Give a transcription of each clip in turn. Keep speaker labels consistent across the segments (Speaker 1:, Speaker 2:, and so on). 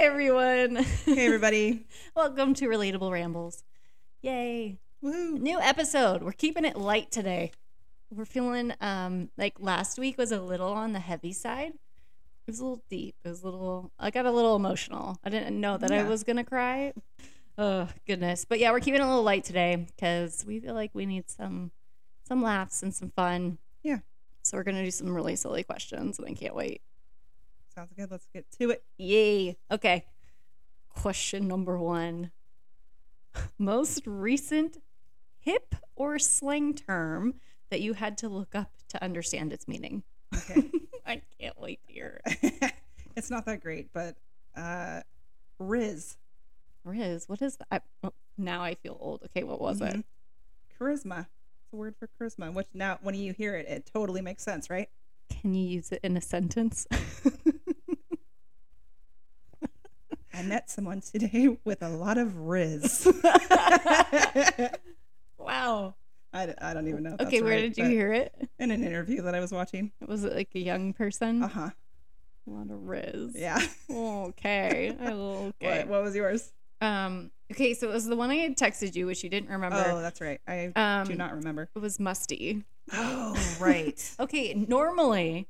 Speaker 1: Kristen.
Speaker 2: Hey, everybody.
Speaker 1: Uh, Welcome to Relatable Rambles. Yay.
Speaker 2: Woohoo.
Speaker 1: New episode. We're keeping it light today. We're feeling um like last week was a little on the heavy side. It was a little deep. It was a little I got a little emotional. I didn't know that I
Speaker 2: Yeah.
Speaker 1: was gonna cry. Oh goodness. But yeah, we're keeping it a little light today because we feel like we need some some laughs and some fun.
Speaker 2: Yeah.
Speaker 1: So we're gonna do some really silly questions and I can't wait.
Speaker 2: Sounds good. Let's get to it.
Speaker 1: Yay. Okay. Question number one Most recent hip or slang term that you had to look up to understand its meaning?
Speaker 2: Okay.
Speaker 1: I can't wait to hear it.
Speaker 2: it's not that great, but uh, Riz.
Speaker 1: Riz, what is that? Oh, now I feel old. Okay, what was it?
Speaker 2: Mhm. Charisma. It's a word for charisma, which now when you hear it, it totally makes sense, right?
Speaker 1: Mm-hmm. Can you use it in a sentence?
Speaker 2: I met someone today with a lot of Riz.
Speaker 1: wow.
Speaker 2: I, d- I don't even know. if that's
Speaker 1: Okay, where
Speaker 2: right,
Speaker 1: did you
Speaker 2: but
Speaker 1: hear it?
Speaker 2: In an interview that I was watching.
Speaker 1: Was it like a young person?
Speaker 2: Uh huh.
Speaker 1: a lot of Riz.
Speaker 2: Yeah.
Speaker 1: Okay. Okay.
Speaker 2: What, what was yours?
Speaker 1: Um. Okay, so it was the one I had texted you, which you didn't
Speaker 2: Oh,
Speaker 1: remember.
Speaker 2: that's right. I
Speaker 1: um,
Speaker 2: do not remember.
Speaker 1: It was musty.
Speaker 2: Oh, right.
Speaker 1: Okay, normally,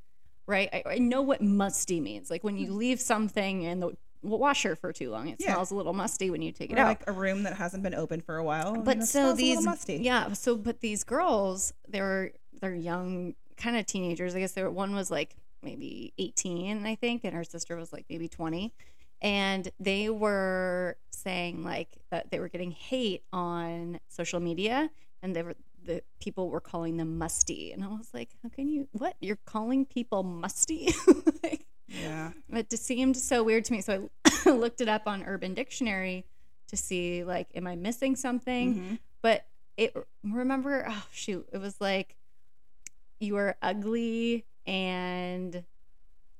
Speaker 1: right? I, I know what musty means. Like when you leave something in the washer for too long, it
Speaker 2: Hmm. Yeah.
Speaker 1: smells a little musty when you take it
Speaker 2: Or
Speaker 1: out.
Speaker 2: like a room that hasn't been open for a while. and
Speaker 1: but
Speaker 2: it
Speaker 1: so
Speaker 2: smells a little
Speaker 1: these,
Speaker 2: musty.
Speaker 1: yeah. So, but these girls, they're they're young, kind of teenagers. I guess they were, one was like maybe eighteen, I think, and her sister was like maybe twenty, and they were saying like that they were getting hate on social media, and they were the people were calling them musty, and I was like, how can you? What you're calling people musty? like,
Speaker 2: yeah.
Speaker 1: it just seemed so weird to me. So I looked it up on Urban Dictionary to see like, am I missing something?
Speaker 2: Mhm.
Speaker 1: but it remember oh shoot it was like you were ugly and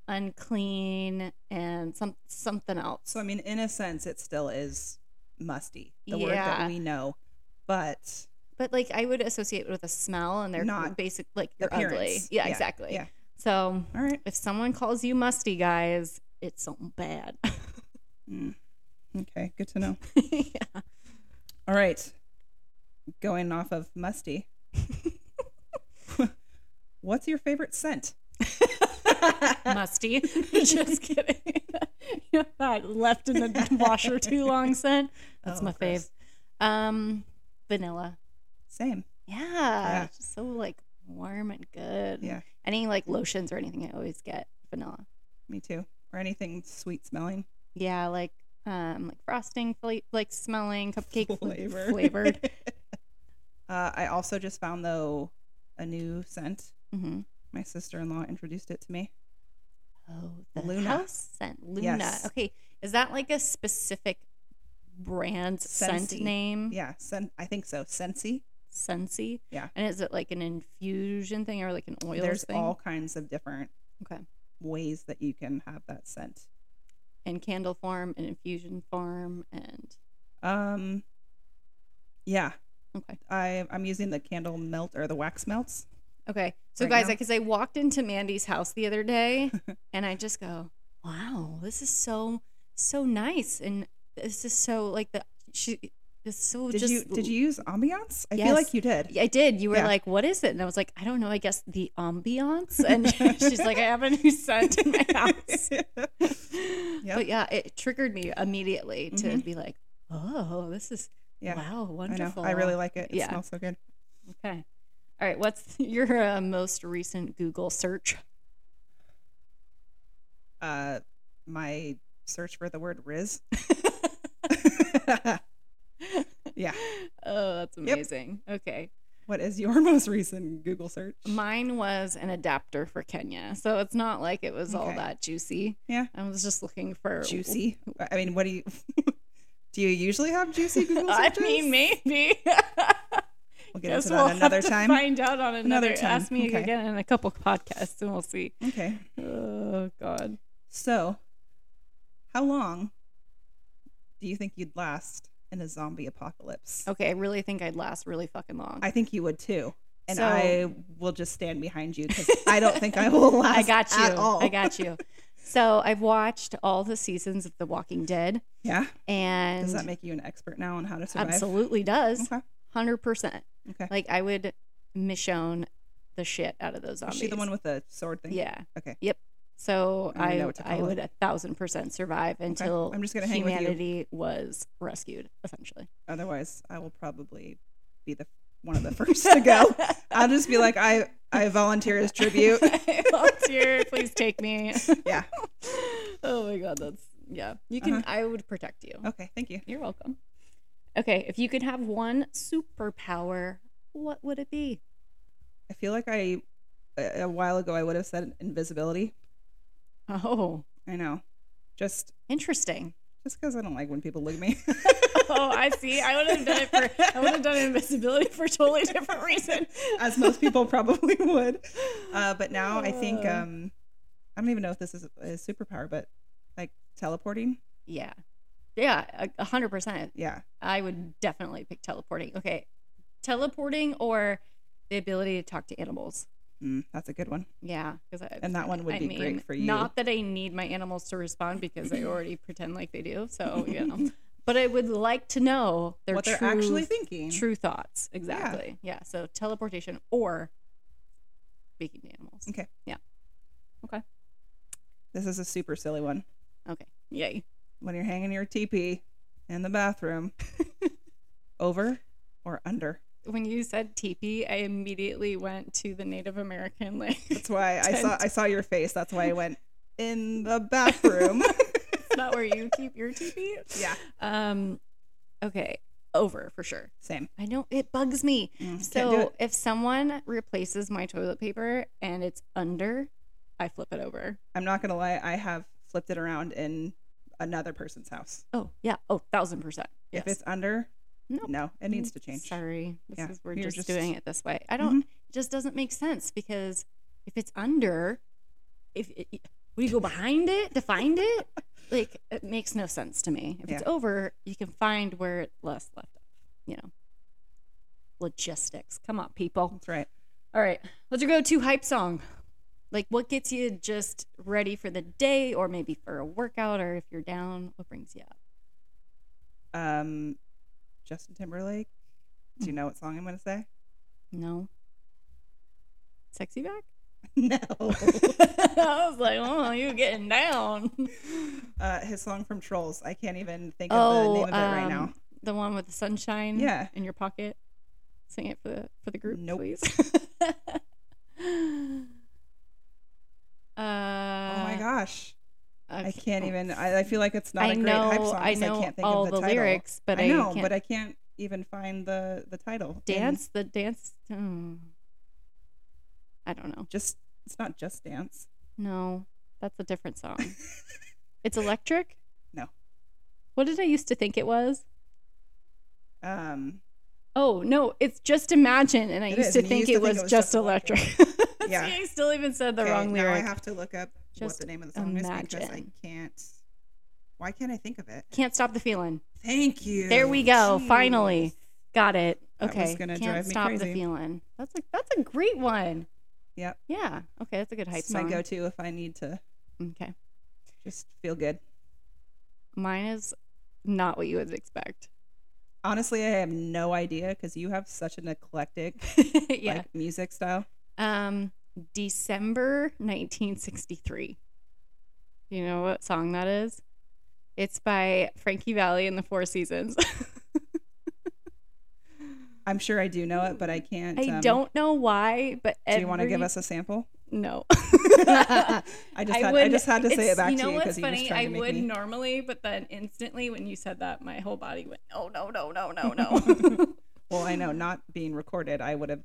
Speaker 1: unclean and some something else
Speaker 2: So I mean, in a sense, it still is musty, the word
Speaker 1: Yeah.
Speaker 2: that we know, but
Speaker 1: but like i would associate it with a smell and they're
Speaker 2: Not
Speaker 1: basic like
Speaker 2: the
Speaker 1: you're ugly
Speaker 2: appearance.
Speaker 1: yeah,
Speaker 2: Yeah,
Speaker 1: exactly
Speaker 2: yeah.
Speaker 1: so
Speaker 2: all right.
Speaker 1: if someone calls you musty guys it's something bad
Speaker 2: Mm. Okay, good to know.
Speaker 1: yeah.
Speaker 2: All right, going off of musty. What's your favorite scent?
Speaker 1: musty just kidding you know, that left in the washer too long scent that's
Speaker 2: Oh,
Speaker 1: my fave
Speaker 2: gross.
Speaker 1: um vanilla
Speaker 2: Same.
Speaker 1: Yeah.
Speaker 2: Yeah.
Speaker 1: it's just so like warm and good.
Speaker 2: Yeah,
Speaker 1: Any like lotions or anything, I always get vanilla.
Speaker 2: me too. Or anything sweet smelling
Speaker 1: Yeah, like um like frosting, fla- like smelling cupcake fl-
Speaker 2: flavor.
Speaker 1: flavored.
Speaker 2: uh, I also just found though a new scent.
Speaker 1: hmm
Speaker 2: My sister-in-law introduced it to me.
Speaker 1: Oh, the
Speaker 2: Luna.
Speaker 1: house scent, Luna.
Speaker 2: Yes.
Speaker 1: Okay, is that like a specific brand scent
Speaker 2: Scentsy.
Speaker 1: name?
Speaker 2: Yeah, scent. I think so. Scentsy.
Speaker 1: Scentsy.
Speaker 2: Yeah.
Speaker 1: And is it like an infusion thing or like an oil
Speaker 2: There's
Speaker 1: thing?
Speaker 2: all kinds of different
Speaker 1: okay.
Speaker 2: ways that you can have that scent.
Speaker 1: In candle form, in infusion form, and
Speaker 2: Um, yeah,
Speaker 1: okay.
Speaker 2: I I'm using the candle melt or the wax melts.
Speaker 1: Okay. So,
Speaker 2: right
Speaker 1: guys,
Speaker 2: now.
Speaker 1: because I walked into Mandy's house the other day and I just go, wow, this is so, so nice. And this is so, like, the, she, it's so
Speaker 2: Did
Speaker 1: just.
Speaker 2: you did you use ambiance? I feel
Speaker 1: Yes.
Speaker 2: like you did.
Speaker 1: I did. You were
Speaker 2: Yeah.
Speaker 1: like, what is it? And I was like, I don't know. I guess the ambiance. And she's like, I have a new scent in my house. But yeah, it triggered me immediately to
Speaker 2: Mhm.
Speaker 1: be like, oh, this is,
Speaker 2: yeah,
Speaker 1: wow,
Speaker 2: I know.
Speaker 1: wonderful.
Speaker 2: I really like it. It
Speaker 1: Yeah.
Speaker 2: smells so good.
Speaker 1: Okay. All right. What's your uh, most recent Google search?
Speaker 2: Uh, my search for the word Riz. yeah.
Speaker 1: Oh, that's
Speaker 2: Yep.
Speaker 1: amazing. Okay.
Speaker 2: What is your most recent Google search?
Speaker 1: Mine was an adapter for Kenya. So it's not like it was all
Speaker 2: Okay.
Speaker 1: that juicy.
Speaker 2: Yeah.
Speaker 1: I was just looking for
Speaker 2: juicy. I mean, what do you do? You usually have juicy Google
Speaker 1: I
Speaker 2: searches?
Speaker 1: mean, maybe.
Speaker 2: we'll get
Speaker 1: Guess
Speaker 2: into
Speaker 1: we'll
Speaker 2: that another
Speaker 1: have to
Speaker 2: time.
Speaker 1: find out on another,
Speaker 2: Another time.
Speaker 1: Ask me
Speaker 2: Okay.
Speaker 1: again in a couple podcasts and we'll see.
Speaker 2: Okay.
Speaker 1: Oh, God.
Speaker 2: So, how long do you think you'd last in a zombie apocalypse?
Speaker 1: Okay. I really think I'd last really fucking long.
Speaker 2: I think you would too. And
Speaker 1: So-
Speaker 2: I will just stand behind you because I don't think I will last
Speaker 1: I got you.
Speaker 2: at all.
Speaker 1: I got you. So I've watched all the seasons of The Walking Dead,
Speaker 2: Yeah.
Speaker 1: and
Speaker 2: Does that make you an expert now on how to survive?
Speaker 1: absolutely does,
Speaker 2: Okay.
Speaker 1: hundred percent.
Speaker 2: Okay.
Speaker 1: Like I would Michonne the shit out of those
Speaker 2: Is
Speaker 1: zombies.
Speaker 2: she the one with the sword thing?
Speaker 1: Yeah.
Speaker 2: Okay.
Speaker 1: Yep. So
Speaker 2: I don't know
Speaker 1: I
Speaker 2: what to
Speaker 1: I,
Speaker 2: call
Speaker 1: would a thousand percent survive until
Speaker 2: I'm just gonna hang with you.
Speaker 1: humanity was rescued, essentially.
Speaker 2: Otherwise, I will probably be the one of the first to go. I'll just be like, I I volunteer as tribute.
Speaker 1: I volunteer. Please take me.
Speaker 2: Yeah.
Speaker 1: oh my god, that's yeah. You can. I would protect you.
Speaker 2: Uh-huh. Okay. Thank you.
Speaker 1: You're welcome. Okay, if you could have one superpower, what would it be?
Speaker 2: I feel like I a a while ago I would have said invisibility.
Speaker 1: Oh,
Speaker 2: I know. Just
Speaker 1: interesting.
Speaker 2: just because I don't like when people look at me.
Speaker 1: Oh, I see. I would have done it for. I would have done invisibility for a totally different reason.
Speaker 2: as most people probably would. Uh, but now I think um, I don't even know if this is a a superpower, but like teleporting.
Speaker 1: Yeah. Yeah, a- a hundred percent.
Speaker 2: Yeah,
Speaker 1: I would definitely pick teleporting. Okay, teleporting or the ability to talk to animals.
Speaker 2: mm, that's a good one.
Speaker 1: Yeah, because
Speaker 2: And that one would be great for you.
Speaker 1: Not that I need my animals to respond because I already pretend like they do. So you know, but I would like to know their
Speaker 2: what they're
Speaker 1: true,
Speaker 2: actually thinking.
Speaker 1: true thoughts. Exactly. Yeah. So teleportation or speaking to animals.
Speaker 2: Okay.
Speaker 1: Yeah. Okay.
Speaker 2: This is a super silly one.
Speaker 1: Okay. Yay.
Speaker 2: When you're hanging your teepee in the bathroom, over or under.
Speaker 1: When you said teepee, I immediately went to the Native American language.
Speaker 2: That's why I saw I saw your face. That's why I went in the bathroom.
Speaker 1: It's not where you keep your teepee.
Speaker 2: yeah,
Speaker 1: Um. Okay. Over for sure.
Speaker 2: same.
Speaker 1: I know it bugs me.
Speaker 2: Mm, can't do
Speaker 1: So
Speaker 2: it.
Speaker 1: if someone replaces my toilet paper and it's under, I flip it over.
Speaker 2: I'm not gonna lie. I have flipped it around in another person's house.
Speaker 1: Oh yeah. Oh, thousand percent. Yes.
Speaker 2: If it's under,
Speaker 1: Nope.
Speaker 2: no, it needs to change.
Speaker 1: Sorry, this
Speaker 2: Yeah,
Speaker 1: is we're
Speaker 2: you're
Speaker 1: just,
Speaker 2: just- Mm-hmm.
Speaker 1: doing it this way. I don't. It just doesn't make sense because if it's under, if it, would you go behind it to find it? Like it makes no sense to me. If it's
Speaker 2: Yeah.
Speaker 1: over, you can find where it less left. off, You know. Logistics. Come on, people.
Speaker 2: That's right.
Speaker 1: All right, what's your go-to hype song? Like, what gets you just ready for the day, or maybe for a workout, or if you're down, what brings you up?
Speaker 2: Um, Justin Timberlake.
Speaker 1: Mm.
Speaker 2: Do you know what song I'm gonna say?
Speaker 1: No. Sexy back?
Speaker 2: No.
Speaker 1: I was like, oh, you getting down?
Speaker 2: uh, his song from Trolls. I can't even think of the
Speaker 1: oh,
Speaker 2: name of it right
Speaker 1: um,
Speaker 2: now.
Speaker 1: the one with the sunshine,
Speaker 2: Yeah.
Speaker 1: in your pocket. Sing it for the for the group,
Speaker 2: Nope.
Speaker 1: please. uh,
Speaker 2: oh my gosh. I can't even. I, I feel like it's not
Speaker 1: I
Speaker 2: a great
Speaker 1: know,
Speaker 2: hype song.
Speaker 1: I
Speaker 2: 'cause
Speaker 1: know
Speaker 2: can't think
Speaker 1: all
Speaker 2: of
Speaker 1: the,
Speaker 2: the, title.
Speaker 1: lyrics, but I,
Speaker 2: I know,
Speaker 1: can't
Speaker 2: but I can't even find the the title. in-
Speaker 1: dance the dance hmm. i don't know
Speaker 2: just it's not just dance.
Speaker 1: no that's a different song it's electric
Speaker 2: No.
Speaker 1: what did i used to think it was
Speaker 2: Um,
Speaker 1: oh no it's just imagine and i
Speaker 2: It
Speaker 1: used
Speaker 2: is,
Speaker 1: to
Speaker 2: and you
Speaker 1: think
Speaker 2: used to
Speaker 1: it was just electric,
Speaker 2: Electric. Yeah.
Speaker 1: See, i still even said the
Speaker 2: okay,
Speaker 1: wrong
Speaker 2: now I
Speaker 1: lyric
Speaker 2: have to look up what
Speaker 1: Just
Speaker 2: the name of the song is because I
Speaker 1: imagine.
Speaker 2: can't. Why can't I think of it?
Speaker 1: can't stop the feeling
Speaker 2: Thank you.
Speaker 1: There we go,
Speaker 2: Jeez.
Speaker 1: finally. got it
Speaker 2: That was
Speaker 1: okay
Speaker 2: gonna
Speaker 1: can't
Speaker 2: drive me
Speaker 1: stop the
Speaker 2: crazy.
Speaker 1: feeling that's a that's a great one
Speaker 2: Yep.
Speaker 1: yeah okay that's a good hype
Speaker 2: It's my
Speaker 1: song
Speaker 2: go-to if I need to
Speaker 1: okay
Speaker 2: just feel good.
Speaker 1: mine is not what you would expect
Speaker 2: Honestly, I have no idea because you have such an eclectic
Speaker 1: yeah
Speaker 2: like music style.
Speaker 1: Um, December 1963. You know what song that is? It's by Frankie Valley and the Four Seasons.
Speaker 2: I'm sure I do know it, but I can't.
Speaker 1: I
Speaker 2: um,
Speaker 1: don't know why, but
Speaker 2: Do you want to give
Speaker 1: every-
Speaker 2: us a sample?
Speaker 1: no?
Speaker 2: I just had I
Speaker 1: would-
Speaker 2: just had to say
Speaker 1: it's-
Speaker 2: it back
Speaker 1: you know
Speaker 2: to you
Speaker 1: what's
Speaker 2: because you was
Speaker 1: funny?
Speaker 2: trying
Speaker 1: I
Speaker 2: to make
Speaker 1: would
Speaker 2: me.
Speaker 1: normally, but then instantly when you said that, my whole body went, "Oh no, no, no, no, no."
Speaker 2: Well, I know not being recorded, I would have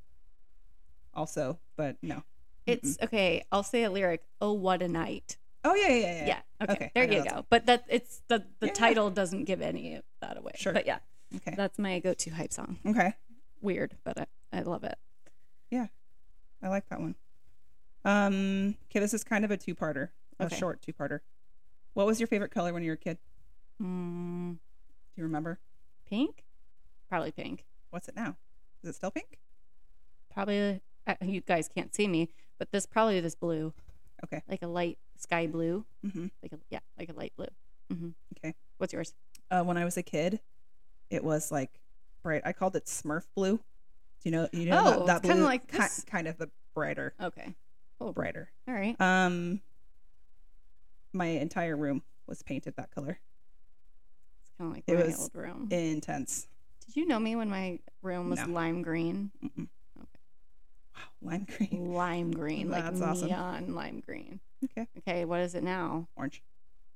Speaker 2: also, but no.
Speaker 1: it's okay. I'll say a lyric. Oh, what a night!
Speaker 2: Oh yeah, yeah, yeah.
Speaker 1: Yeah. Okay.
Speaker 2: Okay,
Speaker 1: There
Speaker 2: I know
Speaker 1: you
Speaker 2: that
Speaker 1: go. But that it's the the
Speaker 2: Yeah.
Speaker 1: title doesn't give any of that away.
Speaker 2: Sure.
Speaker 1: But yeah.
Speaker 2: yeah. Okay.
Speaker 1: That's my go to hype song.
Speaker 2: Okay.
Speaker 1: Weird, but I, I love it.
Speaker 2: I like that one. Um. Okay, this is kind of a two-parter, a
Speaker 1: Okay.
Speaker 2: short two-parter. What was your favorite color when you were a kid?
Speaker 1: Mm,
Speaker 2: Do you remember?
Speaker 1: pink? Probably pink.
Speaker 2: What's it now? Is it still pink?
Speaker 1: Probably, uh, you guys can't see me, but this probably this blue.
Speaker 2: Okay.
Speaker 1: Like a light sky blue,
Speaker 2: Mhm.
Speaker 1: like a, yeah, like a light blue. hmm
Speaker 2: Okay.
Speaker 1: What's yours?
Speaker 2: Uh, when I was a kid, it was like bright. I called it Smurf blue. Do you know? You know
Speaker 1: Oh,
Speaker 2: that, that
Speaker 1: it's kinda
Speaker 2: blue,
Speaker 1: like
Speaker 2: ki-
Speaker 1: this.
Speaker 2: kind of the brighter,
Speaker 1: Okay. Oh,
Speaker 2: brighter.
Speaker 1: All right.
Speaker 2: Um, my entire room was painted that color.
Speaker 1: It's kind of like
Speaker 2: it
Speaker 1: my
Speaker 2: was-
Speaker 1: old room.
Speaker 2: Intense.
Speaker 1: Did you know me when my room was
Speaker 2: No.
Speaker 1: lime green?
Speaker 2: Mm-mm. Wow, lime green,
Speaker 1: Lime green, like
Speaker 2: That's awesome.
Speaker 1: neon lime green.
Speaker 2: Okay.
Speaker 1: Okay. What is it now?
Speaker 2: orange.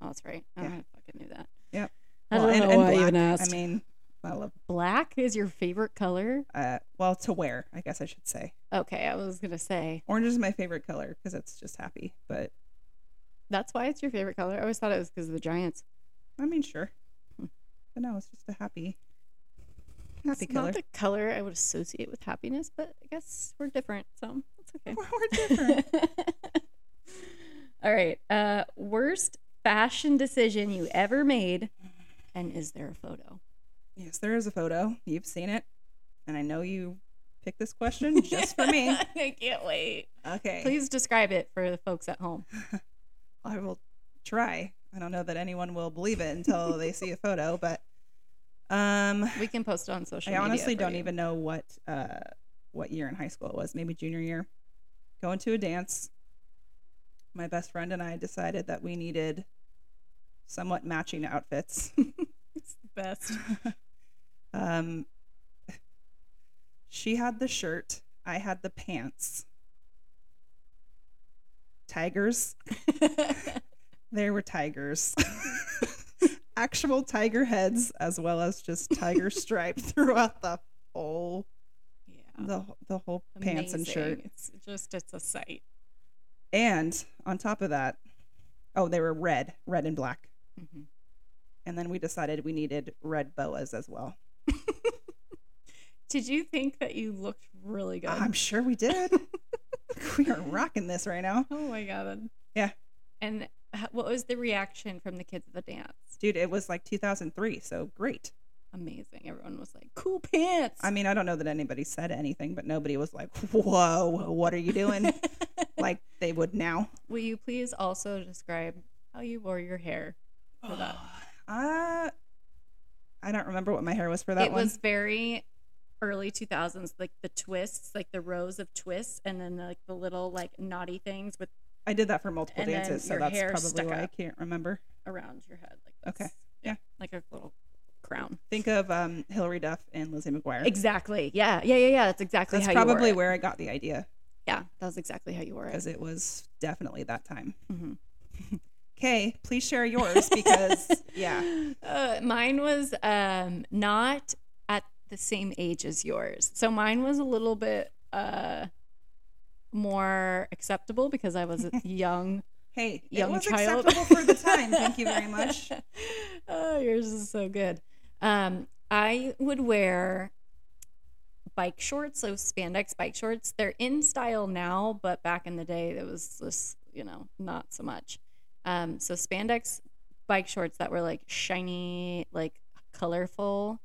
Speaker 1: Oh, that's right. Oh,
Speaker 2: Yeah.
Speaker 1: I fucking knew that.
Speaker 2: Yep.
Speaker 1: I
Speaker 2: Well,
Speaker 1: don't
Speaker 2: and-
Speaker 1: know
Speaker 2: and
Speaker 1: why I
Speaker 2: black.
Speaker 1: even asked.
Speaker 2: I mean, I love.
Speaker 1: black is your favorite color?
Speaker 2: Uh, well, to wear, I guess I should say.
Speaker 1: Okay, I was gonna say
Speaker 2: Orange is my favorite color because it's just happy. But
Speaker 1: that's why it's your favorite color. I always thought it was because of the Giants.
Speaker 2: I mean, sure.
Speaker 1: Hmm.
Speaker 2: But no, it's just a happy, happy
Speaker 1: it's
Speaker 2: color.
Speaker 1: not the color I would associate with happiness, but I guess we're different, so that's okay.
Speaker 2: We're different.
Speaker 1: All right. Uh, worst fashion decision you ever made, and is there a photo?
Speaker 2: yes, there is a photo. You've seen it, and I know you picked this question just for me.
Speaker 1: I can't wait.
Speaker 2: Okay,
Speaker 1: Please describe it for the folks at home.
Speaker 2: I will try. I don't know that anyone will believe it until they see a photo, but um,
Speaker 1: We can post it on social.
Speaker 2: I
Speaker 1: media
Speaker 2: honestly
Speaker 1: for
Speaker 2: don't
Speaker 1: you.
Speaker 2: even know what uh, what year in high school it was. Maybe junior year. Going to a dance. My best friend and I decided that we needed somewhat matching outfits.
Speaker 1: It's the best.
Speaker 2: um, she had the shirt. I had the pants. Tigers. There were tigers. Actual tiger heads, as well as just tiger stripe throughout the whole
Speaker 1: yeah.
Speaker 2: the the whole pants and shirt.
Speaker 1: Oh. Amazing. It's just it's a sight.
Speaker 2: And on top of that, oh, they were red, red and black.
Speaker 1: Mhm.
Speaker 2: And then we decided we needed red boas as well.
Speaker 1: Did you think that you looked really good?
Speaker 2: I'm sure we did. we are rocking this right now,
Speaker 1: oh my god.
Speaker 2: Yeah.
Speaker 1: And h- what was the reaction from the kids at the dance?
Speaker 2: dude. It was like 2003, so great.
Speaker 1: Amazing. Everyone was like, "Cool pants."
Speaker 2: I mean, I don't know that anybody said anything, but nobody was like, "Whoa, what are you doing?" like they would now.
Speaker 1: Will you please also describe how you wore your hair? for that?
Speaker 2: Uh, I don't remember what my hair was for that
Speaker 1: it
Speaker 2: one.
Speaker 1: was very early 2000s like the twists like the rows of twists and then like the little like naughty things with
Speaker 2: I did that for multiple
Speaker 1: and then
Speaker 2: dances, so
Speaker 1: your
Speaker 2: that's
Speaker 1: hair
Speaker 2: probably
Speaker 1: stuck
Speaker 2: why I
Speaker 1: up.
Speaker 2: can't remember.
Speaker 1: around your head like
Speaker 2: Okay.
Speaker 1: this.
Speaker 2: Yeah.
Speaker 1: like a little crown
Speaker 2: Think of um, Hillary Duff and Lizzie McGuire.
Speaker 1: exactly yeah yeah yeah yeah that's exactly
Speaker 2: That's
Speaker 1: how you
Speaker 2: probably
Speaker 1: wore
Speaker 2: where I got the idea
Speaker 1: it. yeah that was exactly how you wore it
Speaker 2: because it was definitely that time.
Speaker 1: Mhm.
Speaker 2: Okay, please share yours because yeah,
Speaker 1: Uh, mine was um, not at the same age as yours. So mine was a little bit uh, more acceptable because I was a young,
Speaker 2: hey, it
Speaker 1: young
Speaker 2: was
Speaker 1: child.
Speaker 2: acceptable for the time. Thank you very much.
Speaker 1: oh, yours is so good. Um, I would wear bike shorts, so spandex bike shorts. They're in style now, but back in the day, it was just, you know, not so much. Um, so spandex bike shorts that were like shiny, like colorful,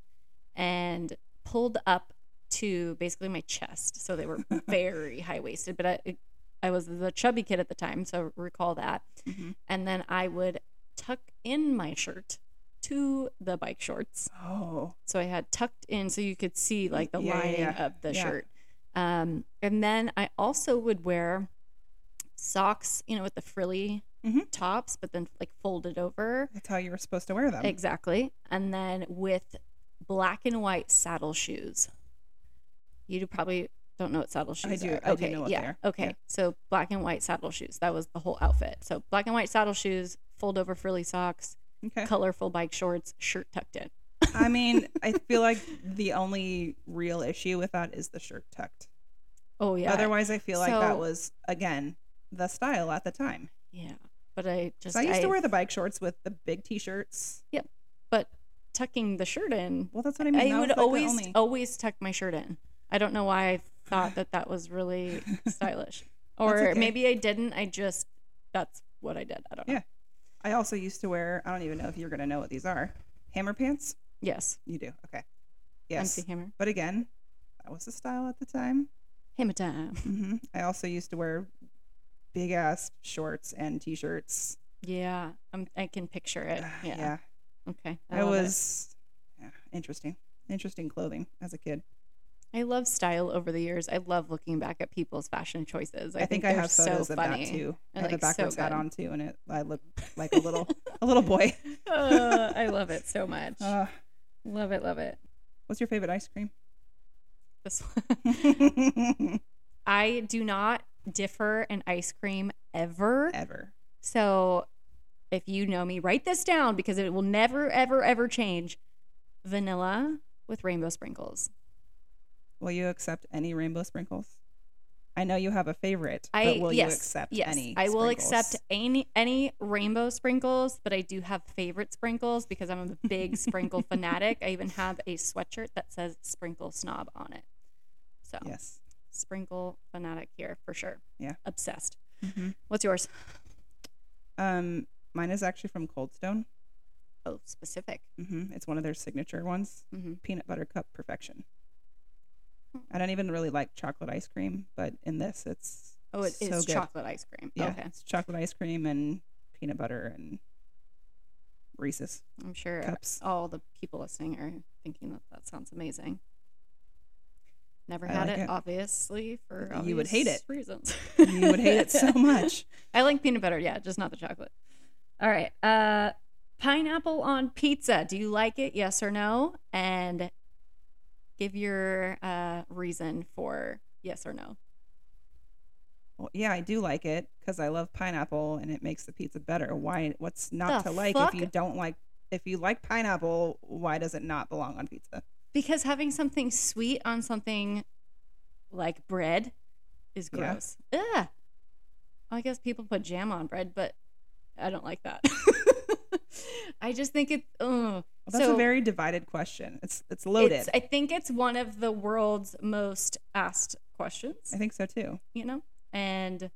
Speaker 1: and pulled up to basically my chest. So they were very high waisted, but I, I was the chubby kid at the time, so recall that.
Speaker 2: Mhm.
Speaker 1: And then I would tuck in my shirt to the bike shorts.
Speaker 2: Oh,
Speaker 1: So I had tucked in so you could see like the
Speaker 2: Mm, Yeah, yeah,
Speaker 1: lining
Speaker 2: yeah.
Speaker 1: of the
Speaker 2: Yeah.
Speaker 1: shirt. Um, and then I also would wear socks, you know, with the frilly
Speaker 2: Mhm.
Speaker 1: tops, but then like folded over.
Speaker 2: that's how you were supposed to wear them.
Speaker 1: Exactly. And then with black and white saddle shoes. You do- probably don't know what saddle shoes
Speaker 2: I do-
Speaker 1: are.
Speaker 2: I do know what they
Speaker 1: yeah.
Speaker 2: are.
Speaker 1: Okay.
Speaker 2: Yeah.
Speaker 1: So black and white saddle shoes. That was the whole outfit. So black and white saddle shoes, fold over frilly socks,
Speaker 2: Okay.
Speaker 1: colorful bike shorts, shirt tucked in.
Speaker 2: I mean, I feel like the only real issue with that is the shirt tucked.
Speaker 1: Oh yeah.
Speaker 2: Otherwise, I feel like that
Speaker 1: So-
Speaker 2: was again the style at the time.
Speaker 1: yeah. But I just
Speaker 2: 'Cause I used to
Speaker 1: I-
Speaker 2: wear the bike shorts with the big t-shirts.
Speaker 1: but tucking the shirt in.
Speaker 2: Well, that's what I mean.
Speaker 1: I
Speaker 2: That was,
Speaker 1: would
Speaker 2: like, the
Speaker 1: always
Speaker 2: only-
Speaker 1: always tuck my shirt in. I don't know why I thought that that was really stylish.
Speaker 2: That's
Speaker 1: Or
Speaker 2: okay.
Speaker 1: maybe I didn't. I just that's what I did. I don't know.
Speaker 2: Yeah. I also used to wear. I don't even know if you're gonna know what these are. Hammer pants.
Speaker 1: Yes.
Speaker 2: You do. Okay. Yes.
Speaker 1: Empty hammer.
Speaker 2: But again, that was the style at the time. Mm-hmm.
Speaker 1: Hammer time.
Speaker 2: hmm I also used to wear big ass shorts and t shirts.
Speaker 1: Yeah. I'm, I can picture it.
Speaker 2: Ah,
Speaker 1: Yeah.
Speaker 2: yeah.
Speaker 1: Okay.
Speaker 2: I,
Speaker 1: love it.
Speaker 2: was yeah, interesting. Interesting clothing as a kid.
Speaker 1: I love style over the years. I love looking back at people's fashion choices.
Speaker 2: I, think, I
Speaker 1: they're
Speaker 2: have photos
Speaker 1: so
Speaker 2: of
Speaker 1: funny.
Speaker 2: that too. I
Speaker 1: They're,
Speaker 2: have a
Speaker 1: like, so
Speaker 2: backwards hat
Speaker 1: good.
Speaker 2: on too, and it I look like a little a little boy.
Speaker 1: Uh, I love it so much.
Speaker 2: Uh,
Speaker 1: love it. Love it.
Speaker 2: what's your favorite ice cream?
Speaker 1: This one. I do not differ in ice cream ever.
Speaker 2: Ever.
Speaker 1: So if you know me, write this down because it will never, ever, ever change. Vanilla with rainbow sprinkles.
Speaker 2: Will you accept any rainbow sprinkles? I know you have a favorite,
Speaker 1: I-
Speaker 2: but will
Speaker 1: yes,
Speaker 2: you accept
Speaker 1: Yes,
Speaker 2: any?
Speaker 1: I will
Speaker 2: sprinkles?
Speaker 1: accept any any rainbow sprinkles, but I do have favorite sprinkles because I'm a big sprinkle fanatic. I even have a sweatshirt that says "Sprinkle Snob" on it. So
Speaker 2: Yes.
Speaker 1: sprinkle fanatic here for sure.
Speaker 2: Yeah.
Speaker 1: obsessed. What's yours?
Speaker 2: Um, mine is actually from Cold Stone.
Speaker 1: Oh, specific.
Speaker 2: hmm It's one of their signature ones.
Speaker 1: Mm-hmm.
Speaker 2: Peanut butter cup perfection.
Speaker 1: Hmm.
Speaker 2: I don't even really like chocolate ice cream, but in this, it's
Speaker 1: Oh, it is
Speaker 2: so good.
Speaker 1: chocolate ice cream.
Speaker 2: Yeah,
Speaker 1: Okay,
Speaker 2: it's chocolate ice cream and peanut butter and Reese's
Speaker 1: I'm sure
Speaker 2: cups.
Speaker 1: all the people listening are thinking that that sounds amazing. Never
Speaker 2: I
Speaker 1: had
Speaker 2: like
Speaker 1: it,
Speaker 2: it.
Speaker 1: obviously, for
Speaker 2: You would hate
Speaker 1: obvious
Speaker 2: it.
Speaker 1: reasons.
Speaker 2: You would hate it so much.
Speaker 1: I like peanut butter, yeah, just not the chocolate. All right. Uh pineapple on pizza. Do you like it? Yes or no? And give your uh reason for yes or no.
Speaker 2: Well, yeah, I do like it because I love pineapple and it makes the pizza better. Why? What's not
Speaker 1: The
Speaker 2: to like
Speaker 1: fuck?
Speaker 2: if you don't like? If you like pineapple, why does it not belong on pizza?
Speaker 1: Because having something sweet on something like bread is
Speaker 2: Yeah.
Speaker 1: gross. Ugh. I guess people put jam on bread, but I don't like that. I just think it oh
Speaker 2: Well, that's
Speaker 1: So-
Speaker 2: a very divided question. It's it's loaded.
Speaker 1: It's, I think it's one of the world's most asked questions.
Speaker 2: I think so too.
Speaker 1: you know? And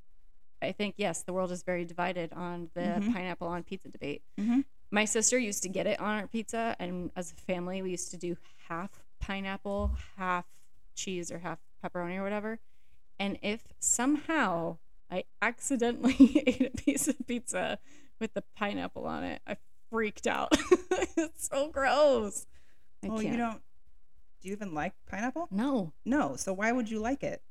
Speaker 1: I think, yes, the world is very divided on the
Speaker 2: Mhm.
Speaker 1: pineapple on pizza debate.
Speaker 2: Mhm.
Speaker 1: My sister used to get it on our pizza, and as a family, we used to do half pineapple, half cheese, or half pepperoni, or whatever. And if somehow I accidentally ate a piece of pizza with the pineapple on it, I freaked out. it's so gross. I
Speaker 2: well,
Speaker 1: can't.
Speaker 2: you don't. Do you even like pineapple?
Speaker 1: No,
Speaker 2: No. So why would you like it?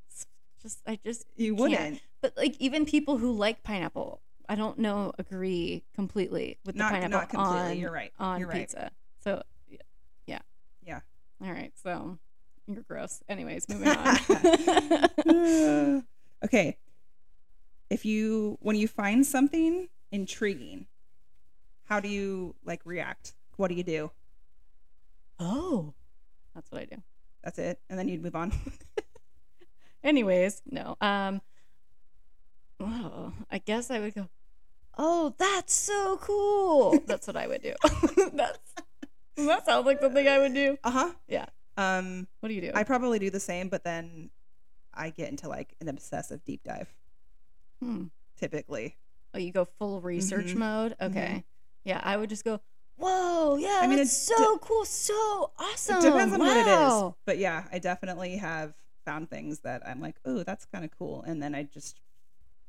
Speaker 1: just I just
Speaker 2: You
Speaker 1: Can't.
Speaker 2: wouldn't.
Speaker 1: But like even people who like pineapple, I don't know agree completely with the
Speaker 2: Not
Speaker 1: pineapple
Speaker 2: not completely.
Speaker 1: on
Speaker 2: You're right.
Speaker 1: on
Speaker 2: You're right.
Speaker 1: pizza. So y- yeah.
Speaker 2: Yeah.
Speaker 1: All right. So you're gross. Anyways, moving on.
Speaker 2: Uh, okay. If you when you find something intriguing, how do you like react? What do you do?
Speaker 1: oh. That's what I do.
Speaker 2: That's it. And then you'd move on.
Speaker 1: Anyways, no. Um oh, I guess I would go, "Oh, that's so cool." That's what I would do. that's that sounds like something I would do.
Speaker 2: Uh-huh.
Speaker 1: Yeah.
Speaker 2: Um
Speaker 1: What do you do?
Speaker 2: I probably do the same, but then I get into like an obsessive deep dive
Speaker 1: hmm.
Speaker 2: typically.
Speaker 1: Oh, you go full research
Speaker 2: Mhm.
Speaker 1: mode. Okay. Yeah, I would just go. Whoa! Yeah,
Speaker 2: I mean,
Speaker 1: that's
Speaker 2: it de-
Speaker 1: so cool, so awesome.
Speaker 2: it depends on what it is.
Speaker 1: wow."
Speaker 2: But yeah, I definitely have found things that I'm like, "Oh, that's kind of cool." And then I just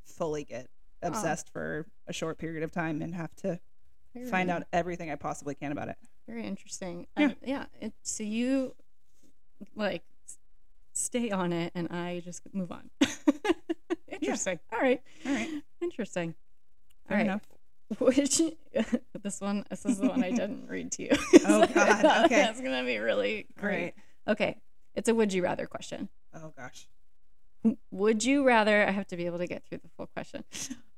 Speaker 2: fully get
Speaker 1: Oh.
Speaker 2: obsessed for a short period of time and have to
Speaker 1: Very,
Speaker 2: find out everything I possibly can about it.
Speaker 1: Very interesting.
Speaker 2: Yeah.
Speaker 1: Yeah. yeah. It, so you like s- stay on it, and I just move on. interesting. All right.
Speaker 2: All right.
Speaker 1: Interesting. All
Speaker 2: Fair
Speaker 1: right.
Speaker 2: enough.
Speaker 1: Which this one? This is the one I didn't read to you.
Speaker 2: Oh, God, okay.
Speaker 1: That's gonna be really great. Okay. It's a would you rather question.
Speaker 2: Oh gosh.
Speaker 1: Would you rather? I have to be able to get through the full question.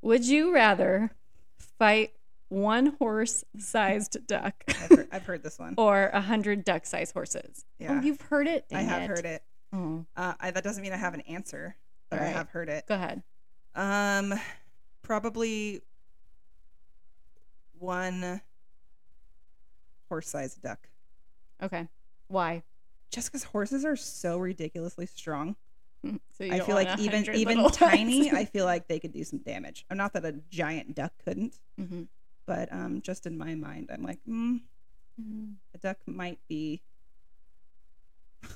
Speaker 1: Would you rather fight one horse sized duck
Speaker 2: I've heard, I've heard this one.
Speaker 1: or a hundred duck sized horses?
Speaker 2: yeah.
Speaker 1: Oh, you've heard it?
Speaker 2: I have heard it.
Speaker 1: Oh,
Speaker 2: Uh, I, that doesn't mean I have an answer, but I
Speaker 1: Alright.
Speaker 2: have heard it.
Speaker 1: go ahead.
Speaker 2: Um, probably one horse-sized duck.
Speaker 1: Okay. Why?
Speaker 2: Just because horses are so ridiculously strong,
Speaker 1: Mm, So you
Speaker 2: I
Speaker 1: don't
Speaker 2: feel
Speaker 1: want
Speaker 2: like
Speaker 1: a
Speaker 2: even
Speaker 1: hundred
Speaker 2: even
Speaker 1: little
Speaker 2: tiny,
Speaker 1: ones.
Speaker 2: I feel like they could do some damage. I'm not that a giant duck couldn't,
Speaker 1: Mhm.
Speaker 2: but um, just in my mind, I'm like, mm,
Speaker 1: Mhm.
Speaker 2: a duck might be
Speaker 1: I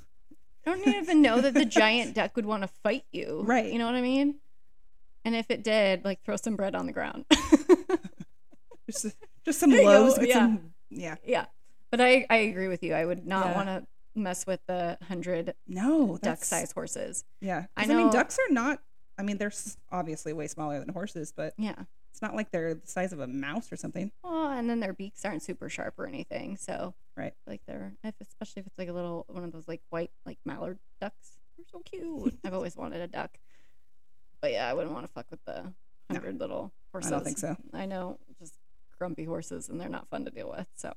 Speaker 1: don't even know that the giant duck would want to fight you.
Speaker 2: Right.
Speaker 1: You know what I mean? And if it did, like throw some bread on the ground.
Speaker 2: Just, just some
Speaker 1: There you go,
Speaker 2: loaves. Get
Speaker 1: yeah.
Speaker 2: some. Yeah.
Speaker 1: yeah. But I, I agree with you. I would not
Speaker 2: Yeah.
Speaker 1: want to mess with the 100
Speaker 2: No.
Speaker 1: duck
Speaker 2: that's-
Speaker 1: sized horses.
Speaker 2: Yeah.
Speaker 1: I
Speaker 2: 'Cause, I mean,
Speaker 1: know-
Speaker 2: ducks are not. I mean, they're s- obviously way smaller than horses, but
Speaker 1: Yeah.
Speaker 2: it's not like they're the size of a mouse or something.
Speaker 1: Well, and then their beaks aren't super sharp or anything. So,
Speaker 2: Right.
Speaker 1: Like they're, if, especially if it's like a little, one of those like white, like mallard ducks. They're so cute. I've always wanted a duck. But yeah, I wouldn't want to fuck with the 100 little horses.
Speaker 2: I don't think so.
Speaker 1: I know, just grumpy horses, and they're not fun to deal with. So,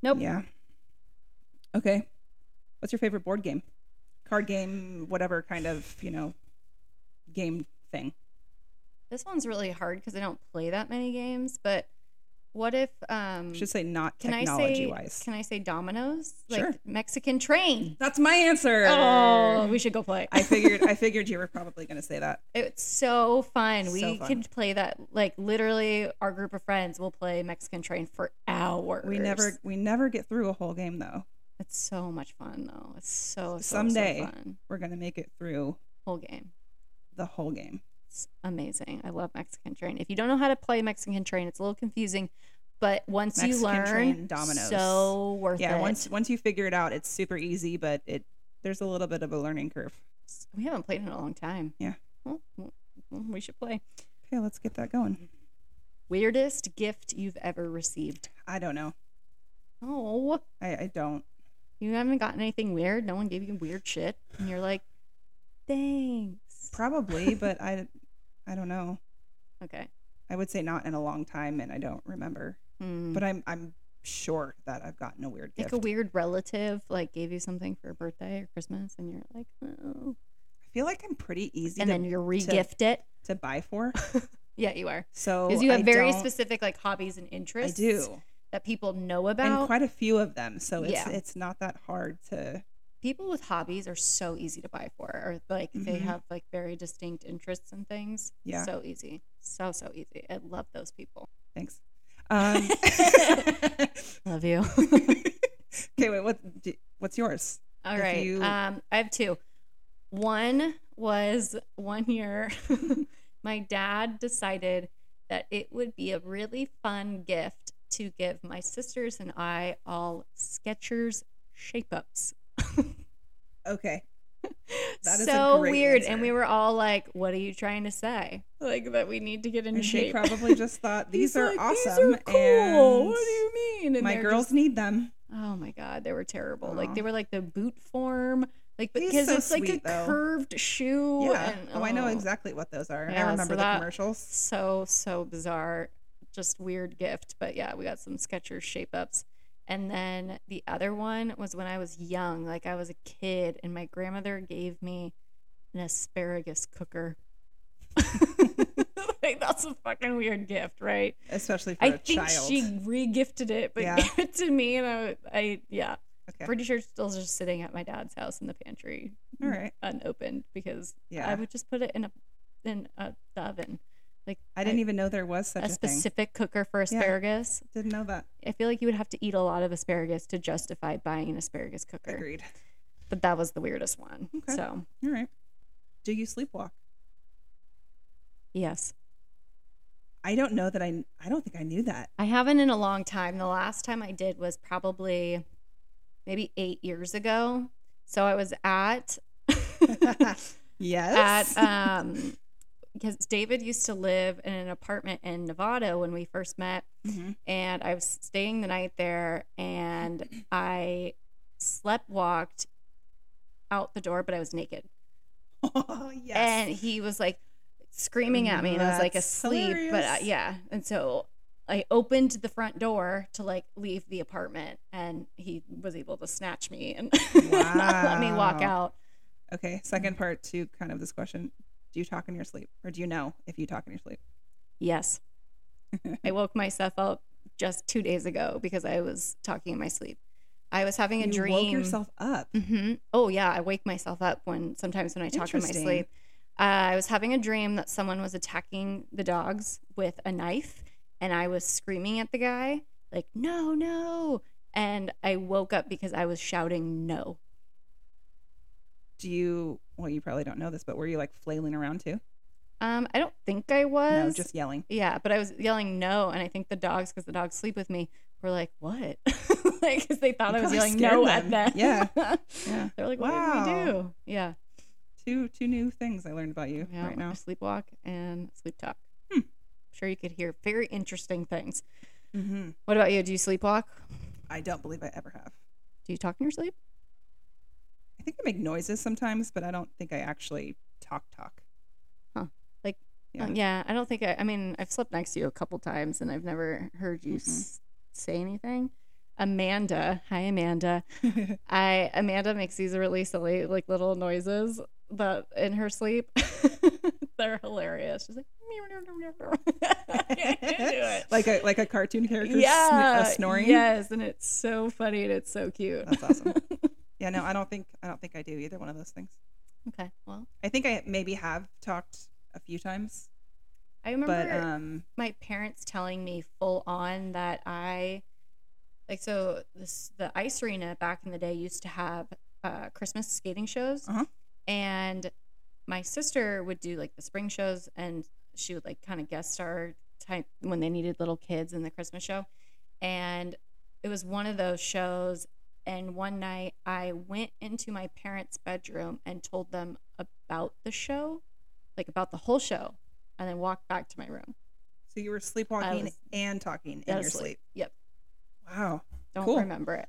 Speaker 1: nope.
Speaker 2: Yeah. Okay. What's your favorite board game? Card game, whatever kind of, you know, game thing.
Speaker 1: This one's really hard because I don't play that many games. But what if, um,
Speaker 2: I should say not
Speaker 1: can I
Speaker 2: technology
Speaker 1: say,
Speaker 2: wise.
Speaker 1: can I say dominoes?
Speaker 2: Sure.
Speaker 1: Like Mexican train.
Speaker 2: That's my answer.
Speaker 1: Oh, we should go play.
Speaker 2: I figured I figured you were probably gonna say that.
Speaker 1: It's so fun.
Speaker 2: So
Speaker 1: we
Speaker 2: fun.
Speaker 1: can play that. Like literally, our group of friends will play Mexican Train for hours.
Speaker 2: We never we never get through a whole game though.
Speaker 1: It's so much fun though. It's so, so
Speaker 2: Someday.
Speaker 1: so fun.
Speaker 2: We're gonna make it through
Speaker 1: Whole game.
Speaker 2: the whole game.
Speaker 1: It's amazing. I love Mexican Train. If you don't know how to play Mexican Train, it's a little confusing, but once you
Speaker 2: Mexican
Speaker 1: learn,
Speaker 2: Train, dominoes.
Speaker 1: so worth
Speaker 2: yeah,
Speaker 1: it.
Speaker 2: once once you figure it out, it's super easy, but it there's a little bit of a learning curve.
Speaker 1: we haven't played in a long time.
Speaker 2: Yeah.
Speaker 1: Well, well, well, we should play.
Speaker 2: Okay, let's get that going.
Speaker 1: Mm-hmm. Weirdest gift you've ever received?
Speaker 2: I don't know.
Speaker 1: Oh.
Speaker 2: I, I don't.
Speaker 1: You haven't gotten anything weird. No one gave you weird shit, and you're like, thanks.
Speaker 2: Probably, but I I don't know.
Speaker 1: Okay.
Speaker 2: I would say not in a long time and I don't remember.
Speaker 1: Hmm.
Speaker 2: But I'm I'm sure that I've gotten a weird
Speaker 1: like
Speaker 2: gift.
Speaker 1: a weird relative, like gave you something for a birthday or Christmas, and you're like, oh.
Speaker 2: I feel like I'm pretty easy
Speaker 1: And
Speaker 2: to,
Speaker 1: then you re-gift it.
Speaker 2: to buy for.
Speaker 1: Yeah, you are.
Speaker 2: So
Speaker 1: Because you have
Speaker 2: Oh, I
Speaker 1: very
Speaker 2: don't-
Speaker 1: specific like hobbies and
Speaker 2: I
Speaker 1: interests.
Speaker 2: do.
Speaker 1: That people know about.
Speaker 2: And quite a few of them. So it's
Speaker 1: Yeah.
Speaker 2: it's not that hard to
Speaker 1: people with hobbies are so easy to buy for, or like they
Speaker 2: Mhm.
Speaker 1: have like very distinct interests and things.
Speaker 2: Yeah.
Speaker 1: So easy. So, so easy. I love those people.
Speaker 2: thanks. Um
Speaker 1: Love you.
Speaker 2: Okay, wait, what d- what's yours?
Speaker 1: All
Speaker 2: if
Speaker 1: right.
Speaker 2: you-
Speaker 1: Um, I have two. One was one year, my dad decided that it would be a really fun gift to give my sisters and I all Skechers shape ups.
Speaker 2: Okay. That is a
Speaker 1: so
Speaker 2: great
Speaker 1: weird. And
Speaker 2: answer.
Speaker 1: we were all like, what are you trying to say? Like that we need to get in
Speaker 2: And
Speaker 1: shape.
Speaker 2: she probably just thought
Speaker 1: He's
Speaker 2: these are
Speaker 1: like,
Speaker 2: awesome
Speaker 1: These are cool.
Speaker 2: and
Speaker 1: what do you mean? And
Speaker 2: my
Speaker 1: they're
Speaker 2: girls
Speaker 1: just-
Speaker 2: need them.
Speaker 1: Oh my god, they were terrible. Like
Speaker 2: Aw.
Speaker 1: they were like the boot form, like
Speaker 2: He's
Speaker 1: because
Speaker 2: so
Speaker 1: it's like
Speaker 2: sweet,
Speaker 1: a
Speaker 2: though.
Speaker 1: curved shoe.
Speaker 2: Yeah.
Speaker 1: and-
Speaker 2: oh, I know exactly what those are.
Speaker 1: Yeah,
Speaker 2: I
Speaker 1: so
Speaker 2: remember the
Speaker 1: that-
Speaker 2: commercials.
Speaker 1: So so bizarre, just weird gift. But yeah, we got some Skechers shape ups, and then the other one was when I was young, like I was a kid, and my grandmother gave me an asparagus cooker. like that's a fucking weird gift, right?
Speaker 2: Especially for a
Speaker 1: I think
Speaker 2: child.
Speaker 1: she regifted it, but
Speaker 2: Yeah.
Speaker 1: gave it to me, and I, I yeah,
Speaker 2: okay.
Speaker 1: pretty sure it's still just sitting at my dad's house in the pantry,
Speaker 2: All right.
Speaker 1: unopened because
Speaker 2: Yeah.
Speaker 1: I would just put it in a in a, the oven, like
Speaker 2: I didn't even know there was such a,
Speaker 1: a specific cooker for
Speaker 2: Yeah.
Speaker 1: asparagus.
Speaker 2: thing. Didn't know that.
Speaker 1: I feel like you would have to eat a lot of asparagus to justify buying an asparagus cooker,
Speaker 2: Agreed.
Speaker 1: but that was the weirdest one.
Speaker 2: Okay.
Speaker 1: So
Speaker 2: All right. Do you sleepwalk?
Speaker 1: yes,
Speaker 2: I don't know that I. I don't think I knew that.
Speaker 1: I haven't in a long time. The last time I did was probably maybe eight years ago. So I was at
Speaker 2: Yes.
Speaker 1: at um because David used to live in an apartment in Nevada when we first met
Speaker 2: Mhm.
Speaker 1: and I was staying the night there and I slept walked out the door but I was naked
Speaker 2: Oh yes.
Speaker 1: and he was like screaming at me and I was like
Speaker 2: That's
Speaker 1: asleep but uh,
Speaker 2: hilarious.
Speaker 1: yeah and so I opened the front door to like leave the apartment and he was able to snatch me and not let me walk
Speaker 2: Wow.
Speaker 1: out
Speaker 2: okay. Second part to kind of this question: Do you talk in your sleep, or do you know if you talk in your sleep?
Speaker 1: Yes. I woke myself up just two days ago because I was talking in my sleep. I was having a
Speaker 2: you
Speaker 1: dream.
Speaker 2: woke yourself up.
Speaker 1: hmm Oh yeah, I wake myself up when sometimes when I talk in my
Speaker 2: Interesting.
Speaker 1: sleep. Uh, I was having a dream that someone was attacking the dogs with a knife, and I was screaming at the guy like "No, no!" And I woke up because I was shouting "No."
Speaker 2: Do you? Well, you probably don't know this, but were you like flailing around too?
Speaker 1: Um, I don't think I was.
Speaker 2: No, just yelling.
Speaker 1: Yeah, but I was yelling no, and I think the dogs, because the dogs sleep with me, were like, "What?" like, because they thought
Speaker 2: You
Speaker 1: I was
Speaker 2: probably
Speaker 1: yelling
Speaker 2: scared
Speaker 1: no
Speaker 2: them.
Speaker 1: at them.
Speaker 2: Yeah. Yeah.
Speaker 1: They're like, "What did we
Speaker 2: Wow.
Speaker 1: do?" Yeah.
Speaker 2: Two two new things I learned about you
Speaker 1: yeah
Speaker 2: right now.
Speaker 1: I sleepwalk and sleep talk.
Speaker 2: Hmm.
Speaker 1: I'm sure you could hear very interesting things.
Speaker 2: Mm-hmm.
Speaker 1: What about you? Do you sleepwalk?
Speaker 2: I don't believe I ever have.
Speaker 1: Do you talk in your sleep?
Speaker 2: I think I make noises sometimes, but I don't think I actually talk talk.
Speaker 1: Yeah,
Speaker 2: Yeah.
Speaker 1: Uh, yeah I don't think I, I mean, I've slept next to you a couple times and I've never heard you
Speaker 2: Mhm.
Speaker 1: s- say anything. Amanda, hi Amanda. I Amanda makes these really silly like little noises but in her sleep. They're hilarious. She's like I can't do it.
Speaker 2: like a like a cartoon character sn-
Speaker 1: yeah,
Speaker 2: uh, snoring.
Speaker 1: Yes, and it's so funny and it's so cute.
Speaker 2: That's awesome. Yeah, no, I don't think I don't think I do either one of those things.
Speaker 1: okay, well,
Speaker 2: I think I maybe have talked a few times,
Speaker 1: I remember
Speaker 2: but um
Speaker 1: my parents telling me full on that I like so this the ice arena back in the day used to have uh, Christmas skating shows,
Speaker 2: Uh-huh.
Speaker 1: and my sister would do like the spring shows, and she would like kind of guest star type when they needed little kids in the Christmas show, and it was one of those shows. And one night I went into my parents' bedroom and told them about the show, like about the whole show, and then walked back to my room.
Speaker 2: so you were sleepwalking
Speaker 1: was-
Speaker 2: and talking in
Speaker 1: I
Speaker 2: your
Speaker 1: was
Speaker 2: sleep.
Speaker 1: Yep.
Speaker 2: Wow.
Speaker 1: Don't
Speaker 2: Cool.
Speaker 1: remember it.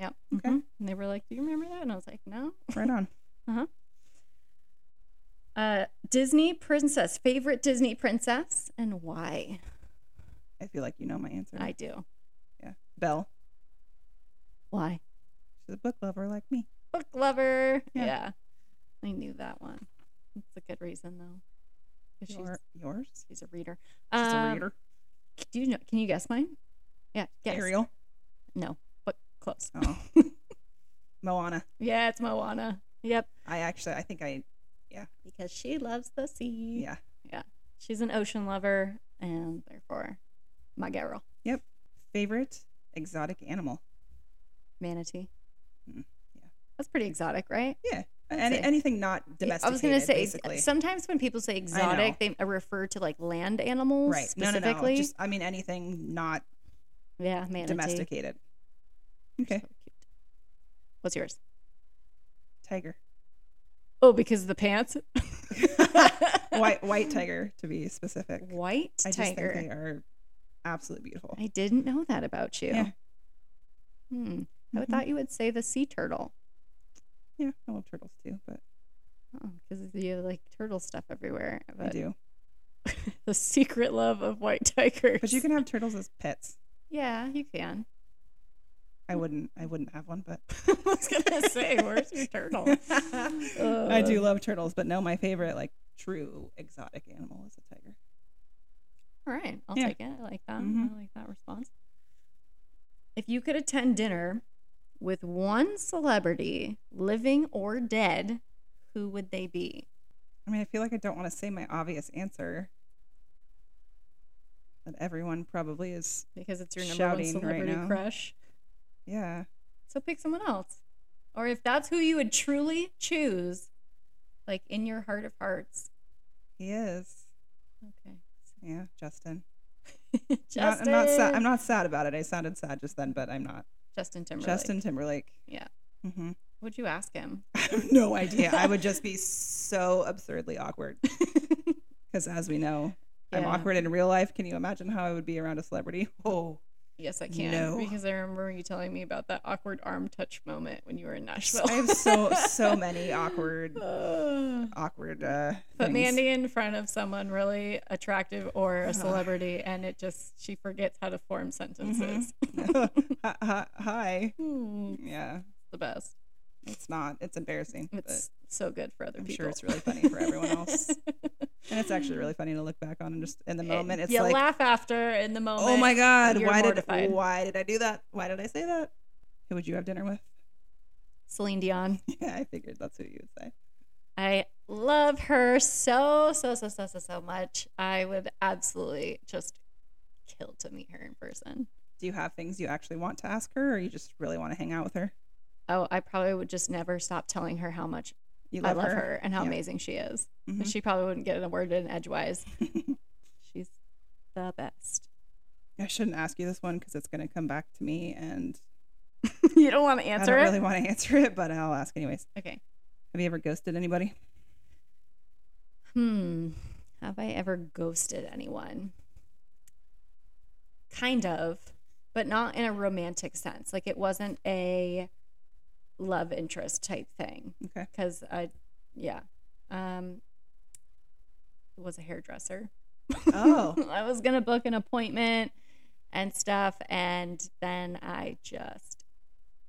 Speaker 1: Yep.
Speaker 2: Okay.
Speaker 1: Mhm. And they were like, Do you remember that? And I was like, No.
Speaker 2: Right on.
Speaker 1: Uh, Disney princess, favorite Disney princess, and why?
Speaker 2: I feel like you know my answer.
Speaker 1: I do.
Speaker 2: yeah. Belle.
Speaker 1: Why?
Speaker 2: She's a book lover like me.
Speaker 1: Book lover.
Speaker 2: Yeah.
Speaker 1: Yeah. I knew that one. It's a good reason, though. 'Cause She's,
Speaker 2: Your, yours? She's
Speaker 1: she's a reader.
Speaker 2: a
Speaker 1: Um,
Speaker 2: reader.
Speaker 1: Do you know? Can you guess mine? Yeah. Guess.
Speaker 2: Ariel.
Speaker 1: No, but close.
Speaker 2: Oh. Moana.
Speaker 1: Yeah, it's Moana. Yep.
Speaker 2: I actually I think I
Speaker 1: Because she loves the sea.
Speaker 2: yeah.
Speaker 1: She's an ocean lover, and therefore, my girl,
Speaker 2: Favorite exotic animal.
Speaker 1: manatee.
Speaker 2: Mm, yeah.
Speaker 1: that's pretty exotic, right?
Speaker 2: Any,
Speaker 1: say-
Speaker 2: anything not domesticated.
Speaker 1: I was gonna say ex-
Speaker 2: basically.
Speaker 1: sometimes when people say exotic, they refer to like land animals
Speaker 2: right. No, no,
Speaker 1: specifically.
Speaker 2: no. Just I mean anything not
Speaker 1: yeah, manatee.
Speaker 2: domesticated.
Speaker 1: So
Speaker 2: Okay.
Speaker 1: cute. What's yours?
Speaker 2: Tiger.
Speaker 1: Oh, because of the pants.
Speaker 2: White white tiger to be specific.
Speaker 1: White
Speaker 2: I just
Speaker 1: tiger.
Speaker 2: think they are absolutely beautiful.
Speaker 1: I didn't know that about you.
Speaker 2: Yeah.
Speaker 1: Hmm. I would
Speaker 2: Mhm.
Speaker 1: thought you would say the sea turtle
Speaker 2: Yeah, I love turtles too, but
Speaker 1: because Oh, you like turtle stuff everywhere.
Speaker 2: I
Speaker 1: But
Speaker 2: do.
Speaker 1: the secret love of white tigers.
Speaker 2: But you can have turtles as pets.
Speaker 1: Yeah, you can.
Speaker 2: I wouldn't. I wouldn't have one, but
Speaker 1: I was gonna say, where's your turtle?
Speaker 2: I do
Speaker 1: Uh,
Speaker 2: love turtles. But no, my favorite, like true exotic animal, is a tiger.
Speaker 1: All right, I'll
Speaker 2: Yeah.
Speaker 1: take it. I like that.
Speaker 2: Mhm.
Speaker 1: I like that response. If you could attend dinner with one celebrity, living or dead, who would they be?
Speaker 2: I mean, I feel like I don't want to say my obvious answer that everyone probably is.
Speaker 1: Because it's your number
Speaker 2: Shouting
Speaker 1: one
Speaker 2: right
Speaker 1: celebrity
Speaker 2: now.
Speaker 1: crush.
Speaker 2: Yeah,
Speaker 1: So pick someone else. Or if that's who you would truly choose, like in your heart of hearts.
Speaker 2: he is.
Speaker 1: Okay.
Speaker 2: Yeah, Justin. Not-
Speaker 1: Justin.
Speaker 2: I'm not sad. I'm not sad about it. I sounded sad just then, but I'm not.
Speaker 1: Justin Timberlake.
Speaker 2: Justin Timberlake.
Speaker 1: Yeah.
Speaker 2: hmm
Speaker 1: Would you ask him?
Speaker 2: I have no idea. I would just be so absurdly awkward because, as we know, I'm
Speaker 1: Yeah.
Speaker 2: awkward in real life. Can you imagine how I would be around a celebrity? Oh,
Speaker 1: Yes, I can.
Speaker 2: No.
Speaker 1: Because I remember you telling me about that awkward arm touch moment when you were in Nashville.
Speaker 2: I have so so many awkward
Speaker 1: Ugh.
Speaker 2: awkward. Uh,
Speaker 1: Put
Speaker 2: things.
Speaker 1: Mandy in front of someone really attractive or
Speaker 2: Ugh.
Speaker 1: a celebrity, and it just, she forgets how to form sentences.
Speaker 2: Hi- hi- Hi.
Speaker 1: Hmm,
Speaker 2: Yeah,
Speaker 1: the best.
Speaker 2: it's not. It's embarrassing,
Speaker 1: It's so good for other
Speaker 2: I'm
Speaker 1: people.
Speaker 2: sure it's really funny for everyone else. but, and it's actually really funny to look back on and just in the moment. It's
Speaker 1: you
Speaker 2: like,
Speaker 1: Eh, laugh after in the moment.
Speaker 2: oh my god,
Speaker 1: you're
Speaker 2: why
Speaker 1: mortified.
Speaker 2: did why did I do that? Why did I say that? Who would you have dinner with?
Speaker 1: Celine Dion.
Speaker 2: Yeah, I figured that's who you would say.
Speaker 1: I love her so, so, so, so, so, so much. I would absolutely just kill to meet her in person.
Speaker 2: Do you have things you actually want to ask her, or you just really want to hang out with her?
Speaker 1: Oh, I probably would just never stop telling her how much
Speaker 2: You
Speaker 1: I
Speaker 2: love,
Speaker 1: love her, Mm-hmm. and how
Speaker 2: Yeah.
Speaker 1: amazing she is. But
Speaker 2: Mhm.
Speaker 1: she probably wouldn't get a word in edgewise. She's the best.
Speaker 2: I shouldn't ask you this one because it's going to come back to me, and
Speaker 1: you don't want to
Speaker 2: I
Speaker 1: answer
Speaker 2: don't
Speaker 1: it?
Speaker 2: really want to answer it, but I'll ask anyways.
Speaker 1: okay.
Speaker 2: Have you ever ghosted anybody?
Speaker 1: Hmm. Have I ever ghosted anyone? Kind of, but not in a romantic sense. Like it wasn't a love interest type thing.
Speaker 2: Okay.
Speaker 1: Cause I, yeah. Um, it was a hairdresser.
Speaker 2: Oh.
Speaker 1: I was going to book an appointment and stuff. And then I just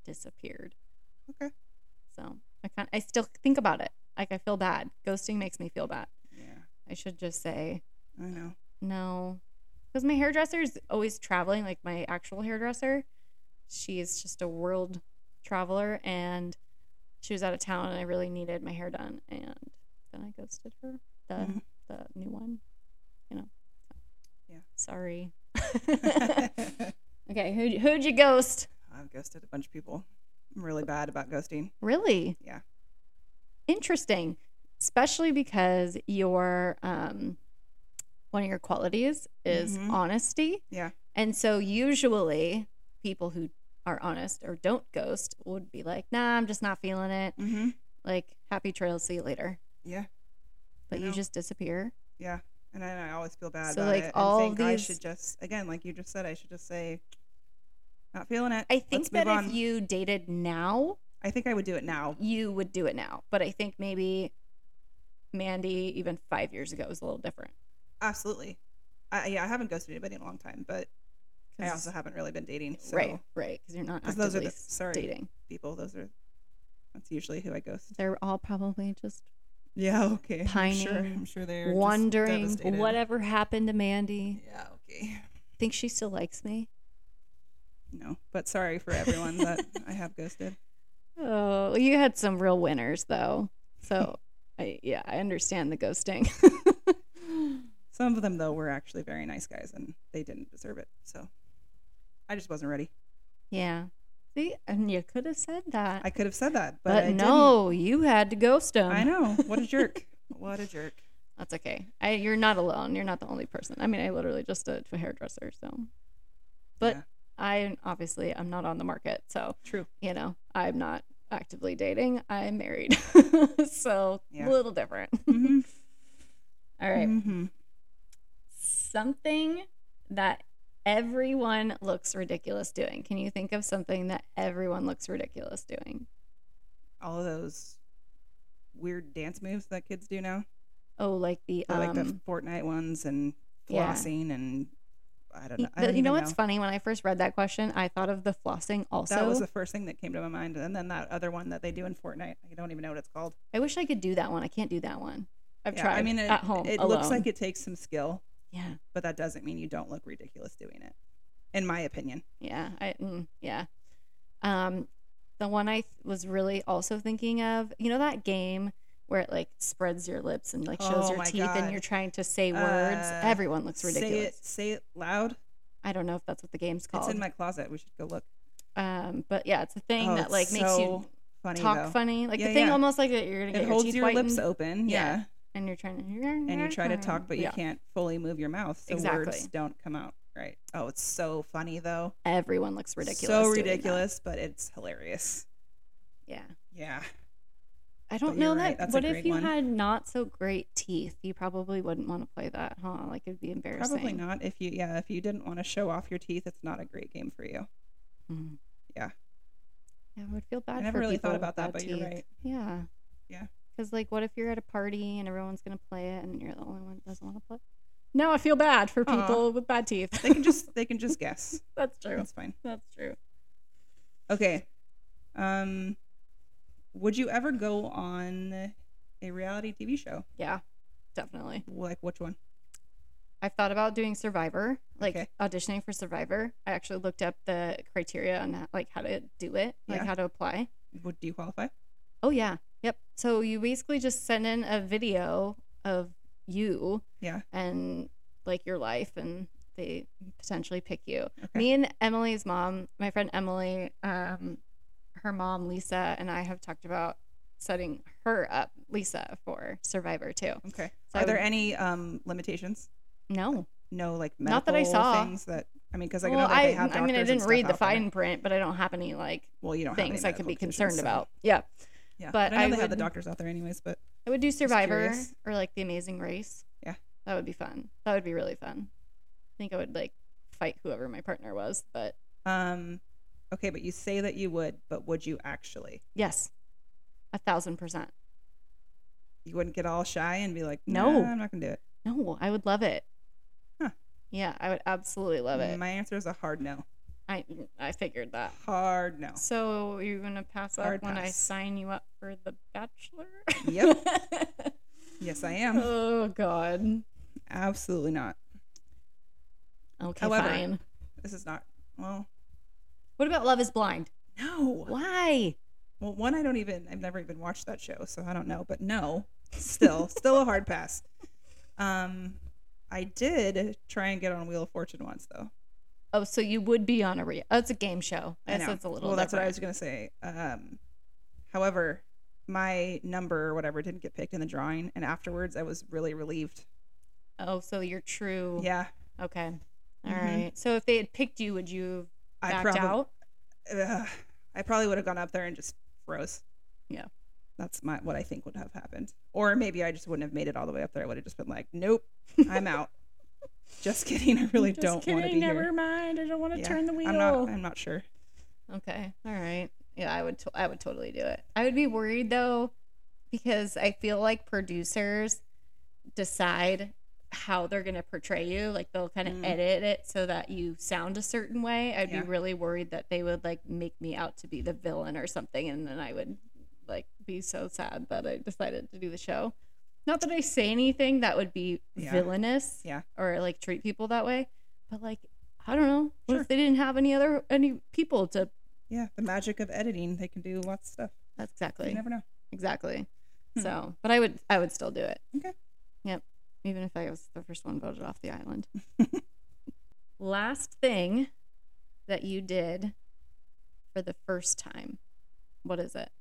Speaker 1: disappeared.
Speaker 2: Okay.
Speaker 1: So I kind I still think about it. Like I feel bad. Ghosting makes me feel bad.
Speaker 2: Yeah,
Speaker 1: I should just say
Speaker 2: I know.
Speaker 1: no. Because my hairdresser is always traveling, like my actual hairdresser. She is just a world traveler and she was out of town and I really needed my hair done. And then I ghosted her, the,
Speaker 2: Mhm.
Speaker 1: the new one, you know.
Speaker 2: Yeah.
Speaker 1: Sorry. okay, who, who'd you ghost?
Speaker 2: I've ghosted a bunch of people. I'm really bad about ghosting.
Speaker 1: Really?
Speaker 2: Yeah.
Speaker 1: Interesting, especially because your um, one of your qualities is
Speaker 2: Mhm.
Speaker 1: honesty.
Speaker 2: Yeah.
Speaker 1: And so usually people who are honest or don't ghost would be like, "Nah, I'm just not feeling it.
Speaker 2: Mm-hmm.
Speaker 1: Like, happy trails, see you later."
Speaker 2: Yeah,
Speaker 1: But
Speaker 2: I
Speaker 1: you
Speaker 2: know.
Speaker 1: just disappear.
Speaker 2: yeah. And then I always feel bad
Speaker 1: So,
Speaker 2: about
Speaker 1: like,
Speaker 2: it. and
Speaker 1: all
Speaker 2: think I
Speaker 1: these-
Speaker 2: should just again, like you just said, I should just say, not feeling it.
Speaker 1: I think
Speaker 2: Let's
Speaker 1: that
Speaker 2: move on.
Speaker 1: if you dated now,
Speaker 2: I think I would do it now.
Speaker 1: you would do it now. But I think maybe Mandy, even five years ago, was a little different.
Speaker 2: Absolutely. I, yeah, I haven't ghosted anybody in a long time, but I
Speaker 1: 'Cause-
Speaker 2: also haven't really been dating. So
Speaker 1: right, right, because you're not
Speaker 2: 'Cause those are
Speaker 1: actively
Speaker 2: the- sorry.
Speaker 1: dating.
Speaker 2: people, those are that's usually who I ghost.
Speaker 1: They're all probably just
Speaker 2: Yeah, okay. I'm sure,
Speaker 1: Pining,
Speaker 2: I'm sure they're just
Speaker 1: wondering
Speaker 2: devastated.
Speaker 1: whatever happened to Mandy.
Speaker 2: Yeah, okay.
Speaker 1: Think she still likes me?
Speaker 2: No, but sorry for everyone that I have ghosted.
Speaker 1: Oh, you had some real winners though. So, I yeah, I understand the ghosting.
Speaker 2: Some of them though were actually very nice guys, and they didn't deserve it. So I just wasn't ready.
Speaker 1: yeah. See, and you could have said that.
Speaker 2: I could have said that, but,
Speaker 1: but
Speaker 2: I didn't.
Speaker 1: no, you had to ghost him.
Speaker 2: I know. What a jerk. what a jerk.
Speaker 1: That's okay. I, you're not alone. You're not the only person. I mean, I literally just did it to a hairdresser, so. But
Speaker 2: Yeah.
Speaker 1: I obviously I'm not on the market, so
Speaker 2: True.
Speaker 1: you know, I'm not actively dating. I'm married. so a
Speaker 2: Yeah.
Speaker 1: little different.
Speaker 2: Mhm.
Speaker 1: All right.
Speaker 2: Mhm.
Speaker 1: Something that everyone looks ridiculous doing. Can you think of something that everyone looks ridiculous doing?
Speaker 2: All of those weird dance moves that kids do now.
Speaker 1: Oh, like the
Speaker 2: Or,
Speaker 1: um
Speaker 2: like the Fortnite ones and
Speaker 1: yeah.
Speaker 2: flossing and I don't know.
Speaker 1: y-
Speaker 2: I
Speaker 1: the-
Speaker 2: don't
Speaker 1: you know
Speaker 2: even
Speaker 1: what's funny? When I first read that question, I thought of the flossing also.
Speaker 2: That was the first thing that came to my mind, and then that other one that they do in Fortnite. I don't even know what it's called.
Speaker 1: I wish I could do that one. I can't do that one. I've
Speaker 2: Yeah,
Speaker 1: tried
Speaker 2: I mean, it,
Speaker 1: at home.
Speaker 2: it
Speaker 1: Oh, alone.
Speaker 2: looks like it takes some skill,
Speaker 1: Yeah,
Speaker 2: but that doesn't mean you don't look ridiculous doing it, in my opinion.
Speaker 1: yeah, I, mm, yeah. Um, the one I th- was really also thinking of, you know, that game where it like spreads your lips and like shows
Speaker 2: Oh
Speaker 1: your
Speaker 2: my
Speaker 1: teeth, and
Speaker 2: God.
Speaker 1: you're trying to say words.
Speaker 2: Uh,
Speaker 1: Everyone looks
Speaker 2: Say
Speaker 1: ridiculous.
Speaker 2: it, say it loud.
Speaker 1: I don't know if that's what the game's
Speaker 2: It's
Speaker 1: called.
Speaker 2: in my closet. We should go look.
Speaker 1: um, but yeah, it's a thing
Speaker 2: Oh,
Speaker 1: that
Speaker 2: it's
Speaker 1: like makes
Speaker 2: so
Speaker 1: you
Speaker 2: funny.
Speaker 1: talk
Speaker 2: though.
Speaker 1: funny, like the
Speaker 2: Yeah,
Speaker 1: thing
Speaker 2: yeah.
Speaker 1: almost like that. You're gonna get
Speaker 2: It
Speaker 1: your
Speaker 2: holds
Speaker 1: teeth
Speaker 2: your lips
Speaker 1: whitened,
Speaker 2: open,
Speaker 1: Yeah.
Speaker 2: yeah.
Speaker 1: and you're trying to
Speaker 2: and you try to talk, but you
Speaker 1: Yeah.
Speaker 2: can't fully move your mouth, so
Speaker 1: Exactly.
Speaker 2: words don't come out right. Oh, it's so funny though,
Speaker 1: Everyone looks ridiculous.
Speaker 2: so
Speaker 1: doing that.
Speaker 2: ridiculous, but it's hilarious.
Speaker 1: Yeah.
Speaker 2: Yeah,
Speaker 1: I don't know
Speaker 2: you're right,
Speaker 1: that.
Speaker 2: that's a
Speaker 1: what if
Speaker 2: great
Speaker 1: you
Speaker 2: one.
Speaker 1: had not so great teeth? You probably wouldn't want to play that, huh? Like it'd be embarrassing.
Speaker 2: probably not. If you yeah, if you didn't want to show off your teeth, it's not a great game for you.
Speaker 1: Mm.
Speaker 2: Yeah.
Speaker 1: Yeah, I would feel bad.
Speaker 2: I never
Speaker 1: for
Speaker 2: really
Speaker 1: people
Speaker 2: thought
Speaker 1: with
Speaker 2: about that,
Speaker 1: bad
Speaker 2: but you're
Speaker 1: teeth.
Speaker 2: right.
Speaker 1: Yeah.
Speaker 2: Yeah.
Speaker 1: Because like, what if you're at a party and everyone's gonna play it, and you're the only one that doesn't want to play? No, I feel bad for
Speaker 2: Aw.
Speaker 1: people with bad teeth.
Speaker 2: They can just they can just guess.
Speaker 1: That's true.
Speaker 2: That's fine.
Speaker 1: That's true.
Speaker 2: Okay. Um, would you ever go on a reality TV show?
Speaker 1: Yeah, definitely.
Speaker 2: Like which one?
Speaker 1: I've thought about doing Survivor, like
Speaker 2: Okay.
Speaker 1: auditioning for Survivor. I actually looked up the criteria on that, like how to do it, like
Speaker 2: Yeah.
Speaker 1: how to apply.
Speaker 2: Would do you qualify?
Speaker 1: Oh yeah. Yep. So you basically just send in a video of you
Speaker 2: Yeah.
Speaker 1: and like your life and they potentially pick you.
Speaker 2: Okay.
Speaker 1: Me and Emily's mom, my friend Emily, um, her mom Lisa and I have talked about setting her up, Lisa, for Survivor too.
Speaker 2: Okay.
Speaker 1: So
Speaker 2: Are
Speaker 1: I
Speaker 2: there
Speaker 1: would-
Speaker 2: any um, limitations?
Speaker 1: No.
Speaker 2: No, like medical
Speaker 1: Not that I saw.
Speaker 2: things that I mean, because I
Speaker 1: well,
Speaker 2: know that they
Speaker 1: I,
Speaker 2: have
Speaker 1: I mean,
Speaker 2: doctors
Speaker 1: I
Speaker 2: and
Speaker 1: didn't
Speaker 2: stuff
Speaker 1: read the
Speaker 2: out there.
Speaker 1: fine print, but I don't have any like
Speaker 2: Well, you don't have any
Speaker 1: things I could
Speaker 2: medical
Speaker 1: be
Speaker 2: conditions,
Speaker 1: concerned
Speaker 2: so-
Speaker 1: about. Yeah.
Speaker 2: Yeah,
Speaker 1: But
Speaker 2: I know
Speaker 1: I
Speaker 2: they have the
Speaker 1: would-
Speaker 2: doctors out there anyways. But
Speaker 1: I would do Survivor
Speaker 2: curious.
Speaker 1: or like The Amazing Race.
Speaker 2: Yeah.
Speaker 1: That would be fun. That would be really fun. I think I would like fight whoever my partner was, but
Speaker 2: um, okay, but you say that you would, but would you actually?
Speaker 1: yes, a thousand percent.
Speaker 2: You wouldn't get all shy and be like,
Speaker 1: No.
Speaker 2: "Nah, I'm not gonna do it.
Speaker 1: No, I would love it.
Speaker 2: Huh.
Speaker 1: Yeah, I would absolutely love it. Uh.
Speaker 2: My answer is a hard no.
Speaker 1: I I figured that.
Speaker 2: Hard no.
Speaker 1: So you're gonna pass up
Speaker 2: Hard
Speaker 1: when I
Speaker 2: pass.
Speaker 1: sign you up for The Bachelor?
Speaker 2: Yep. Um. Yes, I am.
Speaker 1: oh God.
Speaker 2: Absolutely not.
Speaker 1: Okay,
Speaker 2: However-
Speaker 1: fine.
Speaker 2: This is not. Well,
Speaker 1: What about Love Is Blind?
Speaker 2: no.
Speaker 1: Why?
Speaker 2: Well, one, I don't even, I've never even watched that show, so I don't know, but no, still, still a hard pass. Um, I did try and get on Wheel of Fortune once, though.
Speaker 1: Oh, so you would be on a re- oh, it's a game show.
Speaker 2: I
Speaker 1: That's
Speaker 2: know.
Speaker 1: it's a little.
Speaker 2: well, that's what I
Speaker 1: different.
Speaker 2: was going to say. Um, however, my number or whatever didn't get picked in the drawing, and afterwards, I was really relieved.
Speaker 1: Oh, so you're true.
Speaker 2: Yeah,
Speaker 1: Okay. All right.
Speaker 2: Mhm.
Speaker 1: So if they had picked you, would you have
Speaker 2: I
Speaker 1: backed
Speaker 2: probably,
Speaker 1: out?
Speaker 2: Ugh, I probably would have gone up there and just froze.
Speaker 1: Yeah.
Speaker 2: That's my what I think would have happened. Or maybe I just wouldn't have made it all the way up there. I would have just been like, nope, I'm out. just kidding. I really
Speaker 1: Just
Speaker 2: don't want to
Speaker 1: kidding,
Speaker 2: be
Speaker 1: Never
Speaker 2: here.
Speaker 1: mind. I don't want to
Speaker 2: Yeah,
Speaker 1: turn the wheel.
Speaker 2: I'm not I'm not sure.
Speaker 1: Okay. All right. Yeah, I would. To- I would totally do it. I would be worried though, because I feel like producers decide how they're going to portray you. Like they'll kind of
Speaker 2: Mm.
Speaker 1: edit it so that you sound a certain way. I'd
Speaker 2: Yeah.
Speaker 1: be really worried that they would like make me out to be the villain or something, and then I would like be so sad that I decided to do the show. Not that I say anything that would be
Speaker 2: Yeah.
Speaker 1: villainous,
Speaker 2: Yeah.
Speaker 1: or like treat people that way, but like. I don't know. What
Speaker 2: Sure.
Speaker 1: if they didn't have any other any people to
Speaker 2: Yeah, the magic of editing, they can do lots of stuff.
Speaker 1: that's exactly
Speaker 2: You never know.
Speaker 1: exactly.
Speaker 2: Hmm.
Speaker 1: So, but I would I would still do it.
Speaker 2: Okay.
Speaker 1: Yep. Even if I was the first one voted off the island. Last thing that you did for the first time, what is it?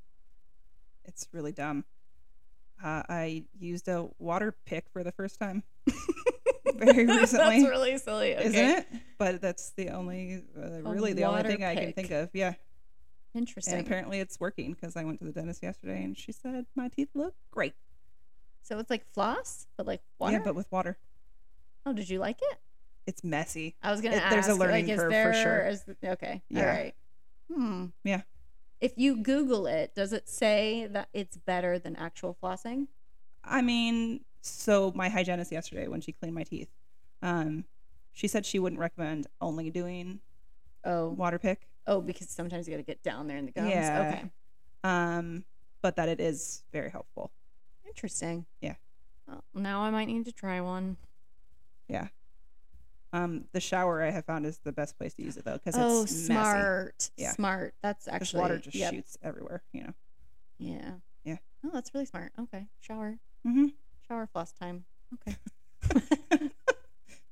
Speaker 2: It's really dumb. Uh, I used a water pick for the first time very recently.
Speaker 1: that's really silly. Okay.
Speaker 2: Isn't it? But that's the only, uh, really the only
Speaker 1: water
Speaker 2: thing I can
Speaker 1: pick.
Speaker 2: think of. Yeah.
Speaker 1: Interesting.
Speaker 2: And apparently it's working because I went to the dentist yesterday and she said my teeth look great.
Speaker 1: so it's like floss, but like water.
Speaker 2: Yeah, but with water,
Speaker 1: oh, did you like it?
Speaker 2: it's messy.
Speaker 1: I was gonna
Speaker 2: It-
Speaker 1: ask.
Speaker 2: there's a learning
Speaker 1: like, is
Speaker 2: curve for
Speaker 1: there,
Speaker 2: sure.
Speaker 1: is- okay. All
Speaker 2: Yeah.
Speaker 1: right. Hmm.
Speaker 2: Yeah.
Speaker 1: If you Google it, does it say that it's better than actual flossing?
Speaker 2: I mean, so my hygienist yesterday when she cleaned my teeth, um, she said she wouldn't recommend only doing
Speaker 1: Oh,
Speaker 2: water pick,
Speaker 1: oh, because sometimes you got to get down there in the gums.
Speaker 2: Yeah.
Speaker 1: Okay.
Speaker 2: um, but that it is very helpful.
Speaker 1: Interesting.
Speaker 2: Yeah.
Speaker 1: Well, now I might need to try one.
Speaker 2: Um, the shower I have found is the best place to use it though because
Speaker 1: Oh,
Speaker 2: it's messy.
Speaker 1: smart.
Speaker 2: Yeah.
Speaker 1: Smart. That's
Speaker 2: Because
Speaker 1: actually
Speaker 2: water just
Speaker 1: yep.
Speaker 2: shoots everywhere, you know.
Speaker 1: Yeah.
Speaker 2: Yeah.
Speaker 1: Oh, that's really smart. Okay. Shower.
Speaker 2: Mm-hmm.
Speaker 1: Shower floss time. Okay.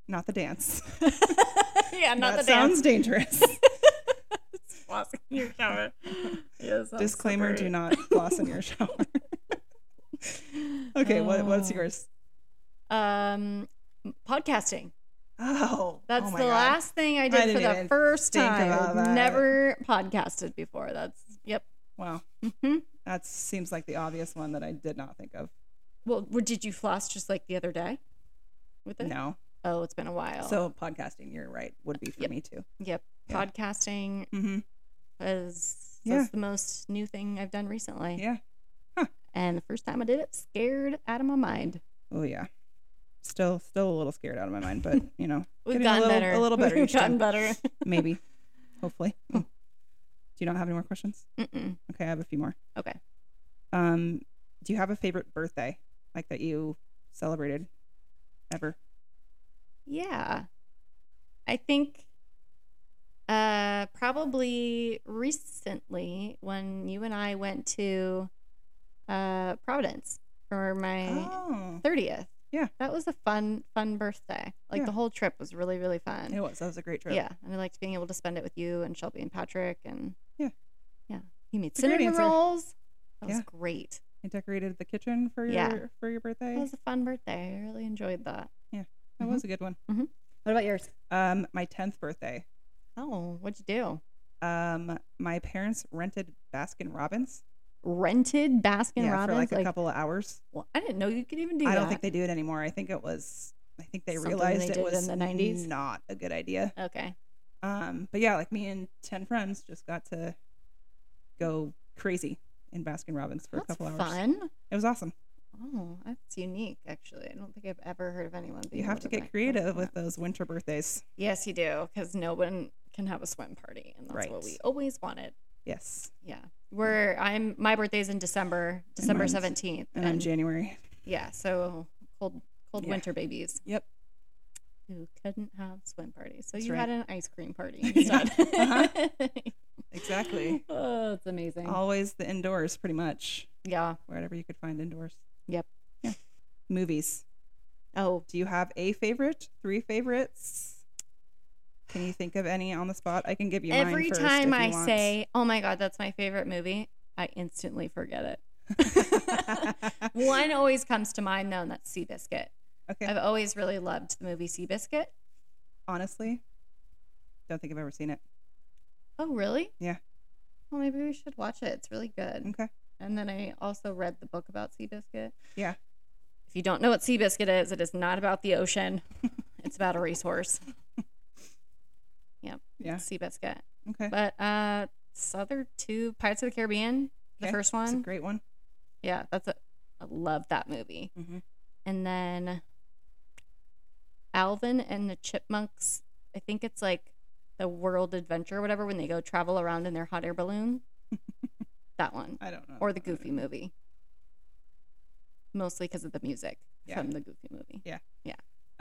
Speaker 2: Not the dance.
Speaker 1: yeah, not
Speaker 2: that
Speaker 1: the dance.
Speaker 2: sounds dangerous.
Speaker 1: It's flossing in your shower. yes. that's
Speaker 2: Disclaimer: Do
Speaker 1: separate.
Speaker 2: not floss in your shower. Okay, what, what's
Speaker 1: Oh.
Speaker 2: yours?
Speaker 1: Um, podcasting.
Speaker 2: Oh,
Speaker 1: That's
Speaker 2: oh my
Speaker 1: the
Speaker 2: God.
Speaker 1: last thing I did for
Speaker 2: didn't
Speaker 1: the
Speaker 2: even
Speaker 1: first
Speaker 2: think
Speaker 1: time.
Speaker 2: about
Speaker 1: I've
Speaker 2: that.
Speaker 1: Never podcasted before. That's yep.
Speaker 2: Wow,
Speaker 1: hmm
Speaker 2: that seems like the obvious one that I did not think of.
Speaker 1: Well, w- did you floss just like the other day? With it?
Speaker 2: No,
Speaker 1: Oh, it's been a while.
Speaker 2: so podcasting, you're right, would be for
Speaker 1: Yep.
Speaker 2: me too.
Speaker 1: yep,
Speaker 2: yeah.
Speaker 1: podcasting
Speaker 2: Mm-hmm.
Speaker 1: is
Speaker 2: Yeah.
Speaker 1: that's the most new thing I've done recently.
Speaker 2: Yeah.
Speaker 1: And the first time I did it, scared out of my mind.
Speaker 2: Oh yeah. Still, still a little scared out of my mind, but you know,
Speaker 1: We've
Speaker 2: Getting a
Speaker 1: gotten
Speaker 2: little-
Speaker 1: better.
Speaker 2: a little better
Speaker 1: We've
Speaker 2: each time.
Speaker 1: gotten better.
Speaker 2: maybe, hopefully. Do you not have any more questions?
Speaker 1: Mm-mm.
Speaker 2: Okay, I have a few more.
Speaker 1: Okay.
Speaker 2: Um, do you have a favorite birthday like that you celebrated ever?
Speaker 1: Yeah. I think uh probably recently when you and I went to uh Providence for my
Speaker 2: Oh,
Speaker 1: 30th.
Speaker 2: Yeah.
Speaker 1: That was a fun fun birthday. Like
Speaker 2: Yeah.
Speaker 1: the whole trip was really really fun.
Speaker 2: it was. That was a great trip.
Speaker 1: Yeah, and I liked being able to spend it with you and Shelby and Patrick and
Speaker 2: Yeah.
Speaker 1: yeah. He made
Speaker 2: It's a great
Speaker 1: cinnamon
Speaker 2: answer.
Speaker 1: rolls. That was
Speaker 2: Yeah.
Speaker 1: great.
Speaker 2: I decorated the kitchen for your
Speaker 1: Yeah.
Speaker 2: for your birthday.
Speaker 1: That was a fun birthday. I really enjoyed that.
Speaker 2: That was a good one.
Speaker 1: What about yours?
Speaker 2: Um, my tenth birthday.
Speaker 1: Oh, what'd you do?
Speaker 2: Um, my parents rented Baskin Robbins.
Speaker 1: Rented Baskin
Speaker 2: yeah,
Speaker 1: Robbins.
Speaker 2: for like a couple of hours.
Speaker 1: Well, I didn't know you could even do
Speaker 2: I
Speaker 1: that.
Speaker 2: don't think they do it anymore. I think it was. I think they
Speaker 1: Something
Speaker 2: realized
Speaker 1: they
Speaker 2: it
Speaker 1: did
Speaker 2: was
Speaker 1: in the 90s?
Speaker 2: not a good idea.
Speaker 1: Okay.
Speaker 2: Um, but yeah, like me and ten friends just got to go crazy in Baskin Robbins for
Speaker 1: That's
Speaker 2: a couple hours.
Speaker 1: fun.
Speaker 2: It was awesome.
Speaker 1: Oh, that's unique, actually. I don't think I've ever heard of anyone.
Speaker 2: You
Speaker 1: being
Speaker 2: have
Speaker 1: able
Speaker 2: to
Speaker 1: rent
Speaker 2: get
Speaker 1: that
Speaker 2: creative
Speaker 1: kind
Speaker 2: with
Speaker 1: of-
Speaker 2: those winter birthdays.
Speaker 1: Yes, you do, because no one can have a swim party, and that's
Speaker 2: Right.
Speaker 1: what we always wanted.
Speaker 2: Yes,
Speaker 1: Yeah, where I'm, my birthday's in December, December
Speaker 2: mine's-
Speaker 1: seventeenth,
Speaker 2: and I'm January.
Speaker 1: yeah, so cold, cold
Speaker 2: Yeah.
Speaker 1: winter babies
Speaker 2: Yep.
Speaker 1: who couldn't have swim parties, so
Speaker 2: That's
Speaker 1: you
Speaker 2: right.
Speaker 1: had an ice cream party
Speaker 2: Yeah,
Speaker 1: instead.
Speaker 2: Exactly.
Speaker 1: Oh, it's amazing.
Speaker 2: Always the indoors, pretty much.
Speaker 1: yeah.
Speaker 2: Wherever you could find indoors.
Speaker 1: Yep.
Speaker 2: Yeah. Movies.
Speaker 1: Oh,
Speaker 2: Do you have a favorite? Three favorites? Can you think of any on the spot? I can give you mine
Speaker 1: every
Speaker 2: first
Speaker 1: time
Speaker 2: if you
Speaker 1: I
Speaker 2: want.
Speaker 1: say, "Oh my god, that's my favorite movie," I instantly forget it. One always comes to mind though, and that's Seabiscuit.
Speaker 2: Okay.
Speaker 1: I've always really loved the movie Seabiscuit.
Speaker 2: Honestly, don't think I've ever seen it.
Speaker 1: Oh, really?
Speaker 2: Yeah.
Speaker 1: Well, maybe we should watch it. It's really good.
Speaker 2: Okay.
Speaker 1: And then I also read the book about Seabiscuit.
Speaker 2: Yeah.
Speaker 1: If you don't know what Seabiscuit is, it is not about the ocean. it's about a racehorse,
Speaker 2: Yeah.
Speaker 1: Seabiscuit.
Speaker 2: Okay.
Speaker 1: But uh this other two Pirates of the Caribbean, the
Speaker 2: Okay.
Speaker 1: first
Speaker 2: It's a
Speaker 1: one.
Speaker 2: great one.
Speaker 1: yeah, that's a I love that movie.
Speaker 2: Mm-hmm.
Speaker 1: and then Alvin and the Chipmunks. I think it's like the World Adventure, or whatever, when they go travel around in their hot air balloon. that one,
Speaker 2: I don't know. Um,
Speaker 1: or the Goofy movie, mostly because of the music
Speaker 2: Yeah.
Speaker 1: from the Goofy movie.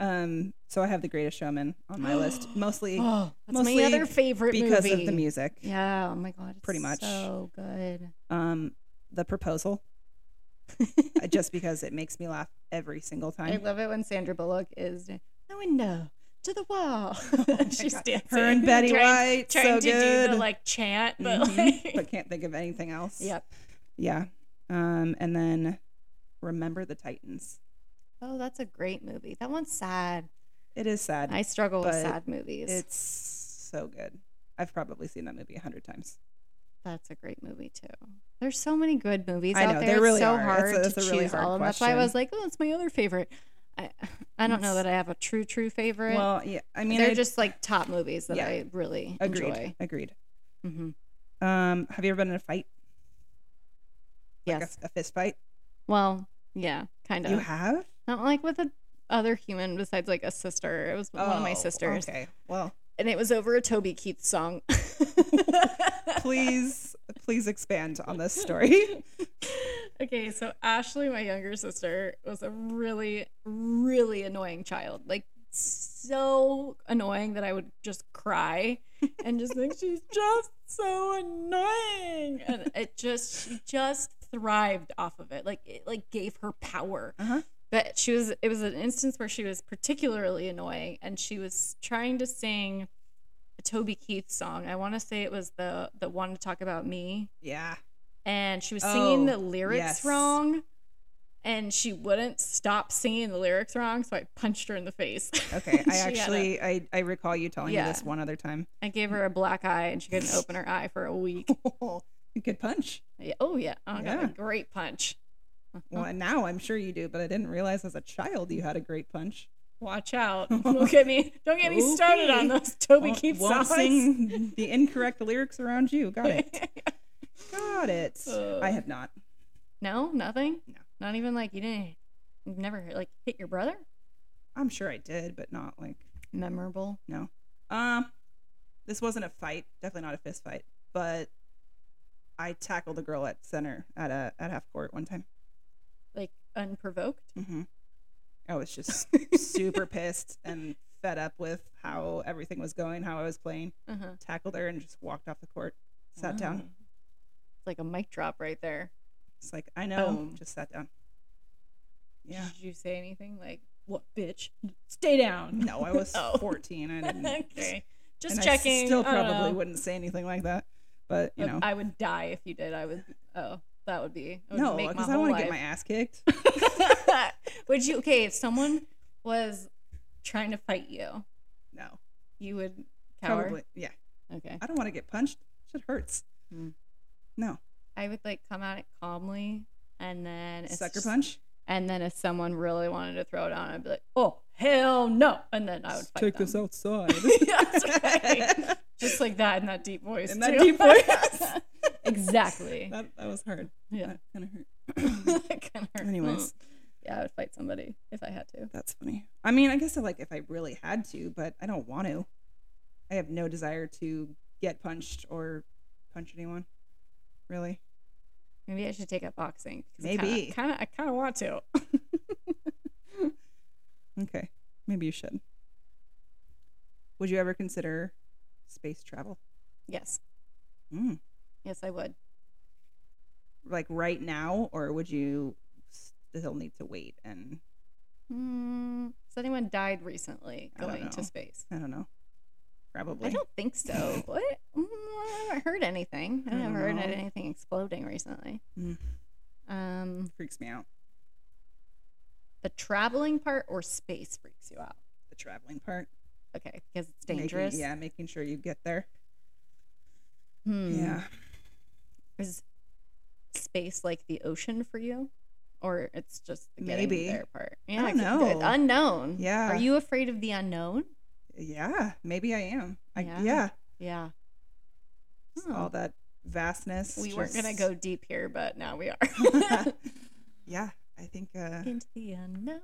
Speaker 2: Um, so I have The Greatest Showman on my list, mostly
Speaker 1: Oh, that's my
Speaker 2: mostly
Speaker 1: other favorite
Speaker 2: because
Speaker 1: movie.
Speaker 2: of the music.
Speaker 1: Yeah. Oh my god. It's
Speaker 2: Pretty much.
Speaker 1: So good.
Speaker 2: Um, The Proposal, uh, just because it makes me laugh every single time.
Speaker 1: I love it when Sandra Bullock is no window to the wall.
Speaker 2: my
Speaker 1: she
Speaker 2: God.
Speaker 1: stands
Speaker 2: Her
Speaker 1: in
Speaker 2: and Betty
Speaker 1: trying-
Speaker 2: White, so
Speaker 1: trying to
Speaker 2: good.
Speaker 1: do the like chant, Mm-hmm. but
Speaker 2: Mhm,
Speaker 1: like,
Speaker 2: but can't think of anything else.
Speaker 1: yep.
Speaker 2: Yeah. Um, and then Remember the Titans.
Speaker 1: Oh, that's a great movie. That one's sad.
Speaker 2: It is sad.
Speaker 1: I struggle with
Speaker 2: But
Speaker 1: sad movies.
Speaker 2: It's so good. I've probably seen that movie a hundred times.
Speaker 1: that's a great movie too. There's so many good movies
Speaker 2: I
Speaker 1: out
Speaker 2: know,
Speaker 1: there.
Speaker 2: there
Speaker 1: it's
Speaker 2: really
Speaker 1: so
Speaker 2: are. It's
Speaker 1: hard
Speaker 2: a- it's
Speaker 1: to
Speaker 2: a
Speaker 1: choose
Speaker 2: really hard
Speaker 1: all. And that's why I was
Speaker 2: question.
Speaker 1: like, oh, it's my other favorite. I I don't know
Speaker 2: It's-
Speaker 1: that I have a true true favorite.
Speaker 2: Well, yeah. I mean,
Speaker 1: they're
Speaker 2: I
Speaker 1: just like top movies that
Speaker 2: Yeah.
Speaker 1: I really
Speaker 2: agreed.
Speaker 1: enjoy.
Speaker 2: Agreed.
Speaker 1: hmm
Speaker 2: Um, have you ever been in a fight?
Speaker 1: Yes.
Speaker 2: Like a, a fist fight?
Speaker 1: well, yeah, kind
Speaker 2: You
Speaker 1: of.
Speaker 2: have?
Speaker 1: Not like with a other human besides like a sister. It was one of my
Speaker 2: Oh,
Speaker 1: sisters,
Speaker 2: Okay. Well,
Speaker 1: and it was over a Toby Keith song.
Speaker 2: please, please expand on this story.
Speaker 1: okay, so Ashley, my younger sister, was a really, really annoying child. Like so annoying that I would just cry and just think she's just so annoying. And it just she just thrived off of it. Like it like gave her power.
Speaker 2: Uh-huh.
Speaker 1: But she was it was an instance where she was particularly annoying and she was trying to sing a Toby Keith song. I want to say it was the the one to talk about me
Speaker 2: Yeah.
Speaker 1: and she was singing
Speaker 2: Oh,
Speaker 1: the lyrics
Speaker 2: yes.
Speaker 1: wrong and she wouldn't stop singing the lyrics wrong so i punched her in the face
Speaker 2: Okay. I
Speaker 1: She had a-
Speaker 2: actually, I, I recall you telling me this
Speaker 1: Yeah.
Speaker 2: one other time.
Speaker 1: i gave her a black eye and she couldn't open her eye for a week
Speaker 2: you could punch.
Speaker 1: Yeah, oh yeah oh, I got
Speaker 2: Yeah.
Speaker 1: a great punch
Speaker 2: Well, and now I'm sure you do, but I didn't realize as a child you had a great punch.
Speaker 1: watch out don't get me don't get me started on
Speaker 2: Okay.
Speaker 1: those toby
Speaker 2: won't,
Speaker 1: keith
Speaker 2: won't
Speaker 1: songs
Speaker 2: sing the incorrect lyrics around you. Got it. Got it.
Speaker 1: Uh.
Speaker 2: I have not.
Speaker 1: no nothing
Speaker 2: No.
Speaker 1: not even like you didn't you've never like hit your brother
Speaker 2: I'm sure I did, but not like
Speaker 1: memorable
Speaker 2: um. This wasn't a fight. Definitely not a fist fight. But I tackled a girl at center at a at half court one time.
Speaker 1: like unprovoked
Speaker 2: hmm I was just super pissed and fed up with how everything was going, how I was playing.
Speaker 1: uh-huh.
Speaker 2: Tackled her and just walked off the court. Sat down.
Speaker 1: Wow. it's like a mic drop right there
Speaker 2: It's like I know.
Speaker 1: Boom.
Speaker 2: Just sat down. Yeah.
Speaker 1: Did you say anything like, "What bitch? Stay down."
Speaker 2: No, I was
Speaker 1: Oh.
Speaker 2: 14. I didn't.
Speaker 1: okay, just
Speaker 2: and
Speaker 1: checking.
Speaker 2: I still
Speaker 1: I don't
Speaker 2: probably
Speaker 1: know.
Speaker 2: wouldn't say anything like that, but you
Speaker 1: Look,
Speaker 2: know,
Speaker 1: I would die if you did. I would. Oh, That would be that would
Speaker 2: No,
Speaker 1: make my
Speaker 2: because I
Speaker 1: whole
Speaker 2: want to get my
Speaker 1: life.
Speaker 2: ass kicked.
Speaker 1: would you? Okay, if someone was trying to fight you,
Speaker 2: No,
Speaker 1: you would cower.
Speaker 2: probably. Yeah,
Speaker 1: Okay,
Speaker 2: I don't want to get punched. Shit hurts.
Speaker 1: Hmm.
Speaker 2: No,
Speaker 1: I would like come at it calmly, and then if
Speaker 2: sucker
Speaker 1: s-
Speaker 2: punch.
Speaker 1: And then if someone really wanted to throw it on, I'd be like, "Oh hell no!" And then I would
Speaker 2: Let's
Speaker 1: fight
Speaker 2: take
Speaker 1: them.
Speaker 2: this outside.
Speaker 1: That's right. just like that in that deep voice.
Speaker 2: In that
Speaker 1: too.
Speaker 2: deep voice.
Speaker 1: exactly.
Speaker 2: that, that was hard.
Speaker 1: yeah.
Speaker 2: That kind of hurt.
Speaker 1: That kinda hurt. Mm.
Speaker 2: Anyways.
Speaker 1: yeah, I would fight somebody if I had to.
Speaker 2: That's funny. I mean, I guess like if I really had to, but I don't want to. I have no desire to get punched or punch anyone. Really?
Speaker 1: Maybe I should take up boxing. 'cause
Speaker 2: Maybe.
Speaker 1: I kind of, I kind of want to.
Speaker 2: Okay. Maybe you should. Would you ever consider space travel?
Speaker 1: Yes,
Speaker 2: Mm.
Speaker 1: Hmm. yes, I would.
Speaker 2: Like right now, or would you still need to wait? And
Speaker 1: Hmm. Has anyone died recently
Speaker 2: I don't
Speaker 1: going
Speaker 2: know.
Speaker 1: to space?
Speaker 2: I don't know. Probably.
Speaker 1: I don't think so. what? Mm, I haven't heard anything. I
Speaker 2: I
Speaker 1: haven't
Speaker 2: don't
Speaker 1: heard
Speaker 2: know.
Speaker 1: anything exploding recently.
Speaker 2: Mm.
Speaker 1: Um,
Speaker 2: Freaks me out.
Speaker 1: the traveling part or space freaks you out.
Speaker 2: The traveling part.
Speaker 1: Okay, because it's
Speaker 2: Making-
Speaker 1: dangerous.
Speaker 2: yeah, making sure you get there.
Speaker 1: Hmm.
Speaker 2: Yeah.
Speaker 1: Is space like the ocean for you, or it's just the getting
Speaker 2: Maybe.
Speaker 1: there part? Yeah,
Speaker 2: don't
Speaker 1: 'cause it's
Speaker 2: know.
Speaker 1: unknown.
Speaker 2: Yeah.
Speaker 1: Are you afraid of the unknown?
Speaker 2: Yeah. Maybe I am. I,
Speaker 1: Yeah.
Speaker 2: yeah.
Speaker 1: Yeah.
Speaker 2: Just
Speaker 1: Huh.
Speaker 2: all that vastness.
Speaker 1: Hmm. we weren't gonna
Speaker 2: just-
Speaker 1: go deep here, but now we are.
Speaker 2: yeah, I think. Uh,
Speaker 1: Into the unknown.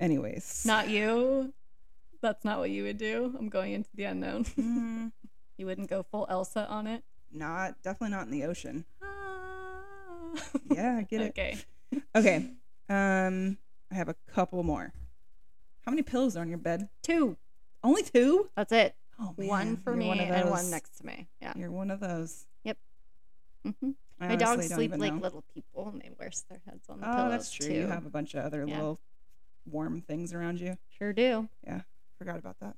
Speaker 2: anyways,
Speaker 1: Not you. That's not what you would do. I'm going into the unknown.
Speaker 2: Mm,
Speaker 1: you wouldn't go full Elsa on it.
Speaker 2: not definitely not in the ocean.
Speaker 1: Ah.
Speaker 2: Yeah, I get it.
Speaker 1: okay.
Speaker 2: Okay. Um, I have a couple more. How many pillows are on your bed?
Speaker 1: Two.
Speaker 2: Only two.
Speaker 1: That's it.
Speaker 2: Oh
Speaker 1: one for
Speaker 2: you're
Speaker 1: me
Speaker 2: one of
Speaker 1: and one
Speaker 2: those-
Speaker 1: next to me. Yeah.
Speaker 2: You're one of those.
Speaker 1: hmm
Speaker 2: I
Speaker 1: My dogs
Speaker 2: honestly don't
Speaker 1: sleep
Speaker 2: even
Speaker 1: like
Speaker 2: know.
Speaker 1: little people, and they rest their heads on the
Speaker 2: Oh,
Speaker 1: pillows
Speaker 2: that's true.
Speaker 1: too.
Speaker 2: You have a bunch of other
Speaker 1: Yeah.
Speaker 2: little warm things around you.
Speaker 1: Sure do.
Speaker 2: Forgot about that.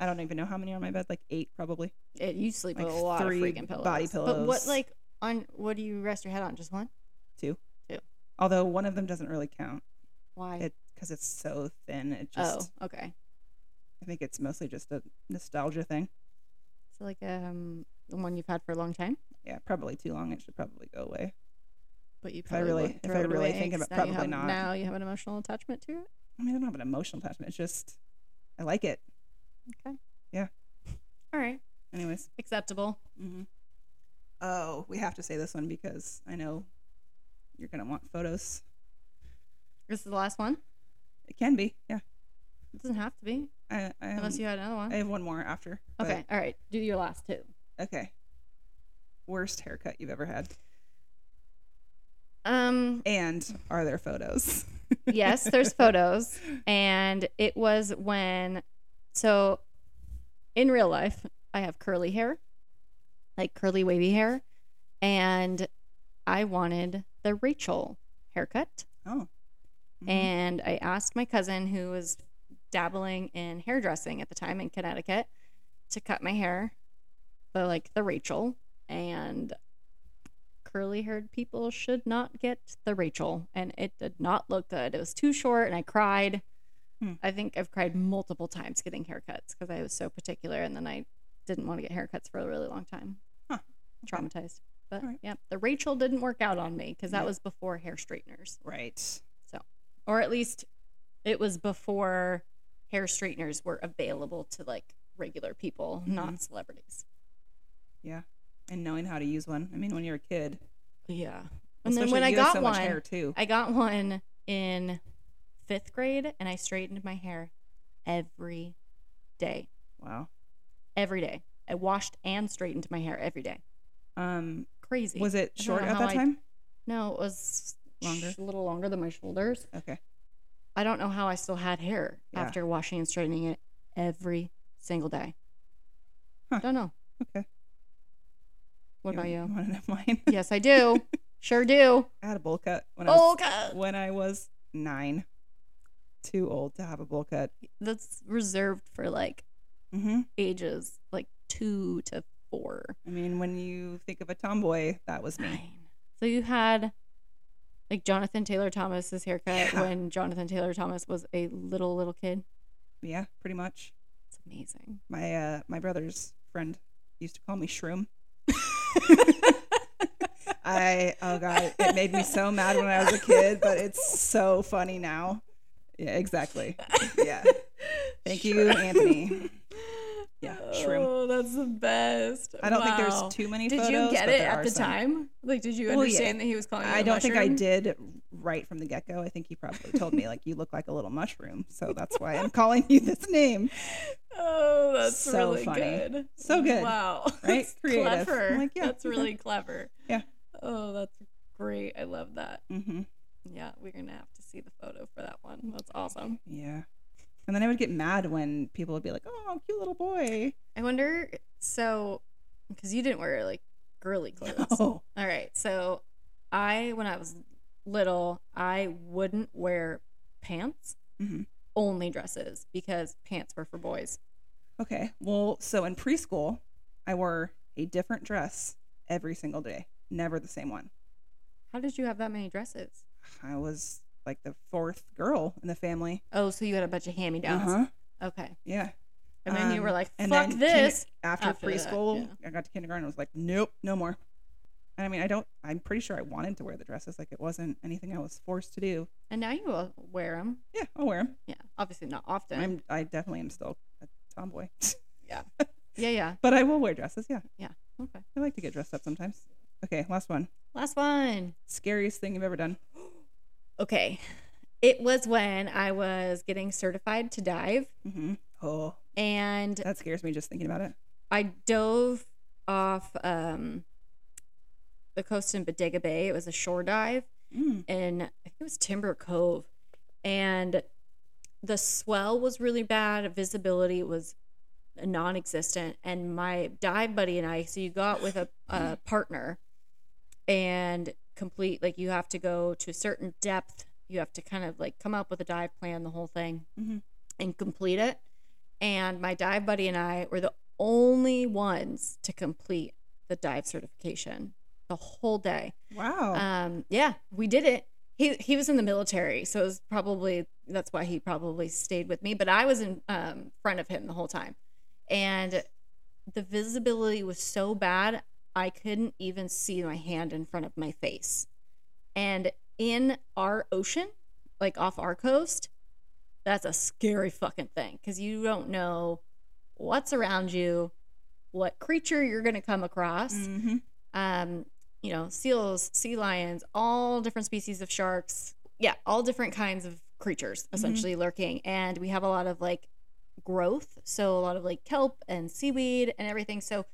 Speaker 2: I don't even know how many are on my bed. Like eight, probably.
Speaker 1: It, you sleep with
Speaker 2: Like
Speaker 1: a lot of
Speaker 2: three
Speaker 1: freaking pillows.
Speaker 2: body
Speaker 1: But what
Speaker 2: pillows.
Speaker 1: like on? What do you rest your head on? Just one?
Speaker 2: Although one of them doesn't really count.
Speaker 1: Why?
Speaker 2: It because it's so thin. It just.
Speaker 1: oh, okay.
Speaker 2: I think it's mostly just a nostalgia thing.
Speaker 1: So like um the one you've had for a long time,
Speaker 2: Yeah, probably too long. It should probably go away.
Speaker 1: but you
Speaker 2: I
Speaker 1: probably
Speaker 2: really-
Speaker 1: wouldn't
Speaker 2: if I
Speaker 1: throw it
Speaker 2: really
Speaker 1: away
Speaker 2: think
Speaker 1: 'cause
Speaker 2: about-
Speaker 1: now you
Speaker 2: probably
Speaker 1: have-
Speaker 2: not.
Speaker 1: Now you have an emotional attachment to it.
Speaker 2: I mean, I don't have an emotional attachment. It's just I like it.
Speaker 1: All right,
Speaker 2: Anyways.
Speaker 1: acceptable.
Speaker 2: Mm-hmm. Oh, we have to say this one because I know you're gonna want photos.
Speaker 1: This is the last one.
Speaker 2: It can be, yeah.
Speaker 1: It doesn't have to be
Speaker 2: I I, um,
Speaker 1: unless you had another one.
Speaker 2: I have one more after. but-
Speaker 1: okay, all right. Do your last two.
Speaker 2: Okay. Worst haircut you've ever had,
Speaker 1: Um,
Speaker 2: and are there photos?
Speaker 1: yes, there's photos. And it was when, so in real life, I have curly hair, like curly, wavy hair. And I wanted the Rachel haircut.
Speaker 2: Oh. Mhm.
Speaker 1: And I asked my cousin, who was dabbling in hairdressing at the time in Connecticut, to cut my hair, the like the Rachel. And curly haired people should not get the Rachel. And it did not look good. It was too short, and I cried.
Speaker 2: Hmm.
Speaker 1: I think I've cried multiple times getting haircuts because I was so particular, and then I didn't want to get haircuts for a really long time.
Speaker 2: Huh. Okay.
Speaker 1: Traumatized. But
Speaker 2: All right.
Speaker 1: yeah, the Rachel didn't work out on me because that
Speaker 2: Yeah.
Speaker 1: was before hair straighteners
Speaker 2: Right.
Speaker 1: or at least it was before hair straighteners were available to like regular people,
Speaker 2: Mm-hmm.
Speaker 1: not celebrities.
Speaker 2: And knowing how to use one. I mean, when you're a kid.
Speaker 1: Yeah. And then
Speaker 2: especially
Speaker 1: when I
Speaker 2: you have
Speaker 1: got
Speaker 2: so
Speaker 1: one,
Speaker 2: much hair too.
Speaker 1: I got one in fifth grade and I straightened my hair every day.
Speaker 2: Wow.
Speaker 1: Every day. I washed and straightened my hair every day.
Speaker 2: Um,
Speaker 1: Crazy.
Speaker 2: was it
Speaker 1: I don't
Speaker 2: short
Speaker 1: know
Speaker 2: at
Speaker 1: how
Speaker 2: that
Speaker 1: I-
Speaker 2: time?
Speaker 1: No, it was
Speaker 2: Longer?
Speaker 1: a little longer than my shoulders.
Speaker 2: Okay.
Speaker 1: I don't know how I still had hair
Speaker 2: Yeah.
Speaker 1: after washing and straightening it every single day.
Speaker 2: Huh.
Speaker 1: Don't know.
Speaker 2: Okay.
Speaker 1: What about you?
Speaker 2: Want to know mine?
Speaker 1: yes, I do. Sure do.
Speaker 2: I had a bowl cut when I was
Speaker 1: Oh God,
Speaker 2: when I was nine. Too old to have a bowl cut.
Speaker 1: that's reserved for like
Speaker 2: Mm-hmm.
Speaker 1: ages like two to four.
Speaker 2: I mean, when you think of a tomboy, that was me.
Speaker 1: Nine. So you had like Jonathan Taylor Thomas's haircut
Speaker 2: Yeah.
Speaker 1: when Jonathan Taylor Thomas was a little little kid.
Speaker 2: Yeah, pretty much.
Speaker 1: It's amazing.
Speaker 2: My uh, my brother's friend used to call me Shroom. I oh god, it made me so mad when I was a kid, but it's so funny now. Yeah, exactly. Yeah. Thank you, Anthony. Yeah, shroom.
Speaker 3: Oh, that's the best.
Speaker 2: I don't think
Speaker 3: Wow.
Speaker 2: there's too many
Speaker 3: Did
Speaker 2: photos.
Speaker 3: you get
Speaker 2: but
Speaker 3: it
Speaker 2: there
Speaker 3: at
Speaker 2: are
Speaker 3: the
Speaker 2: some.
Speaker 3: time? Like, did you
Speaker 2: Well, yeah.
Speaker 3: understand that he was calling? You
Speaker 2: I
Speaker 3: a
Speaker 2: don't think I
Speaker 3: mushroom?
Speaker 2: did right from the get go. I think he probably told me like you look like a little mushroom, so that's why I'm calling you this name.
Speaker 3: Oh, that's
Speaker 2: So
Speaker 3: really
Speaker 2: funny.
Speaker 3: good.
Speaker 2: So good.
Speaker 3: Wow.
Speaker 2: Right?
Speaker 3: That's
Speaker 2: Creative. I'm
Speaker 3: Clever.
Speaker 2: like, yeah,
Speaker 3: that's
Speaker 2: okay.
Speaker 3: really clever.
Speaker 2: Yeah.
Speaker 3: Oh, that's great. I love that.
Speaker 2: hmm
Speaker 3: Yeah, we're gonna have to see the photo for that one. That's awesome.
Speaker 2: Yeah. And then I would get mad when people would be like, "Oh, cute little boy."
Speaker 1: I wonder. So, because you didn't wear like girly clothes.
Speaker 2: Oh,
Speaker 1: All right. So, I, when I was little, I wouldn't wear pants,
Speaker 2: Mhm.
Speaker 1: only dresses, because pants were for boys.
Speaker 2: okay. Well, so in preschool, I wore a different dress every single day, never the same one.
Speaker 1: How did you have that many dresses?
Speaker 2: I was like the fourth girl in the family.
Speaker 1: Oh, so you had a bunch of hand me downs.
Speaker 2: Uh-huh.
Speaker 1: Okay.
Speaker 2: Yeah.
Speaker 1: And then you
Speaker 2: Um,
Speaker 1: were like,
Speaker 2: and
Speaker 1: fuck
Speaker 2: then
Speaker 1: this.
Speaker 2: kinder- after,
Speaker 1: after that,
Speaker 2: preschool,
Speaker 1: yeah.
Speaker 2: I got to kindergarten. I was like, nope, no more. And I mean, I don't. I'm pretty sure I wanted to wear the dresses. Like it wasn't anything I was forced to do.
Speaker 1: and now you will wear them.
Speaker 2: Yeah, I'll wear them.
Speaker 1: Yeah. Obviously, not often.
Speaker 2: I'm. I definitely am still a tomboy,
Speaker 1: yeah, yeah.
Speaker 2: but I will wear dresses. Yeah,
Speaker 1: Okay.
Speaker 2: I like to get dressed up sometimes. Okay, last one.
Speaker 1: Last one.
Speaker 2: Scariest thing you've ever done?
Speaker 1: Okay. It was when I was getting certified to dive
Speaker 2: Mm-hmm. Oh,
Speaker 1: and
Speaker 2: that scares me just thinking about it.
Speaker 1: I dove off um, the coast in Bodega Bay. It was a shore dive
Speaker 2: Mm.
Speaker 1: in, I think it was Timber Cove. And the swell was really bad. Visibility was non existent. And my dive buddy and I, so you got with a, a partner and complete, like, you have to go to a certain depth. You have to kind of like come up with a dive plan, the whole thing,
Speaker 2: Mhm.
Speaker 1: and complete it. And my dive buddy and I were the only ones to complete the dive certification the whole day.
Speaker 2: Wow.
Speaker 1: Um, yeah, we did it. He he was in the military, so it was probably that's why he probably stayed with me. But I was in um, front of him the whole time, and the visibility was so bad I couldn't even see my hand in front of my face. And in our ocean, like off our coast, that's a scary fucking thing because you don't know what's around you, what creature you're gonna come across
Speaker 2: hmm
Speaker 1: um, you know, seals, sea lions, all different species of sharks. Yeah, Mm-hmm. all different kinds of creatures essentially lurking. And we have a lot of like growth. So a lot of like kelp and seaweed and everything. So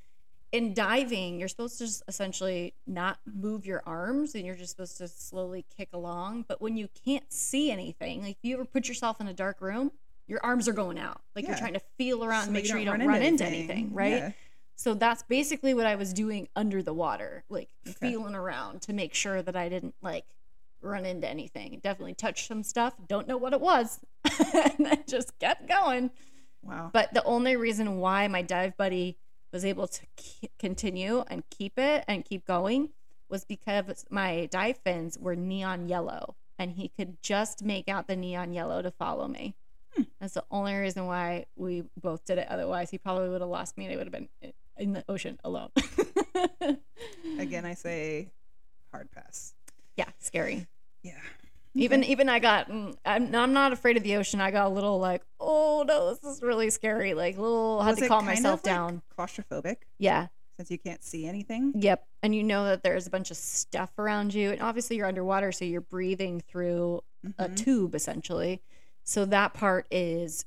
Speaker 1: in diving, you're supposed to just essentially not move your arms and you're just supposed to slowly kick along. But when you can't see anything, like if you ever put yourself in a dark room, your arms are going out. Like you're
Speaker 2: Yeah.
Speaker 1: trying to feel around and make sure you don't run, into anything, right?
Speaker 2: Yeah.
Speaker 1: So that's basically what I was doing under the water, like
Speaker 2: Okay.
Speaker 1: feeling around to make sure that I didn't like run into anything. Definitely touched some stuff, don't know what it was, and then just kept going.
Speaker 2: Wow.
Speaker 1: But the only reason why my dive buddy was able to k- continue and keep it and keep going was because my dive fins were neon yellow and he could just make out the neon yellow to follow me.
Speaker 2: Hmm.
Speaker 1: That's the only reason why we both did it. Otherwise, he probably would have lost me and I would have been i- in the ocean alone.
Speaker 2: Again, I say hard pass.
Speaker 1: yeah, scary.
Speaker 2: Yeah.
Speaker 1: Even
Speaker 2: Okay.
Speaker 1: even I got mm, I'm, I'm not afraid of the ocean. I got a little like, oh no, this is really scary. Like little had
Speaker 2: Was
Speaker 1: to
Speaker 2: it
Speaker 1: calm
Speaker 2: kind of,
Speaker 1: myself
Speaker 2: like,
Speaker 1: down.
Speaker 2: claustrophobic
Speaker 1: Yeah.
Speaker 2: since you can't see anything.
Speaker 1: Yep. And you know that there's a bunch of stuff around you. And obviously, you're underwater, so you're breathing through a
Speaker 2: Mhm.
Speaker 1: tube essentially. So that part is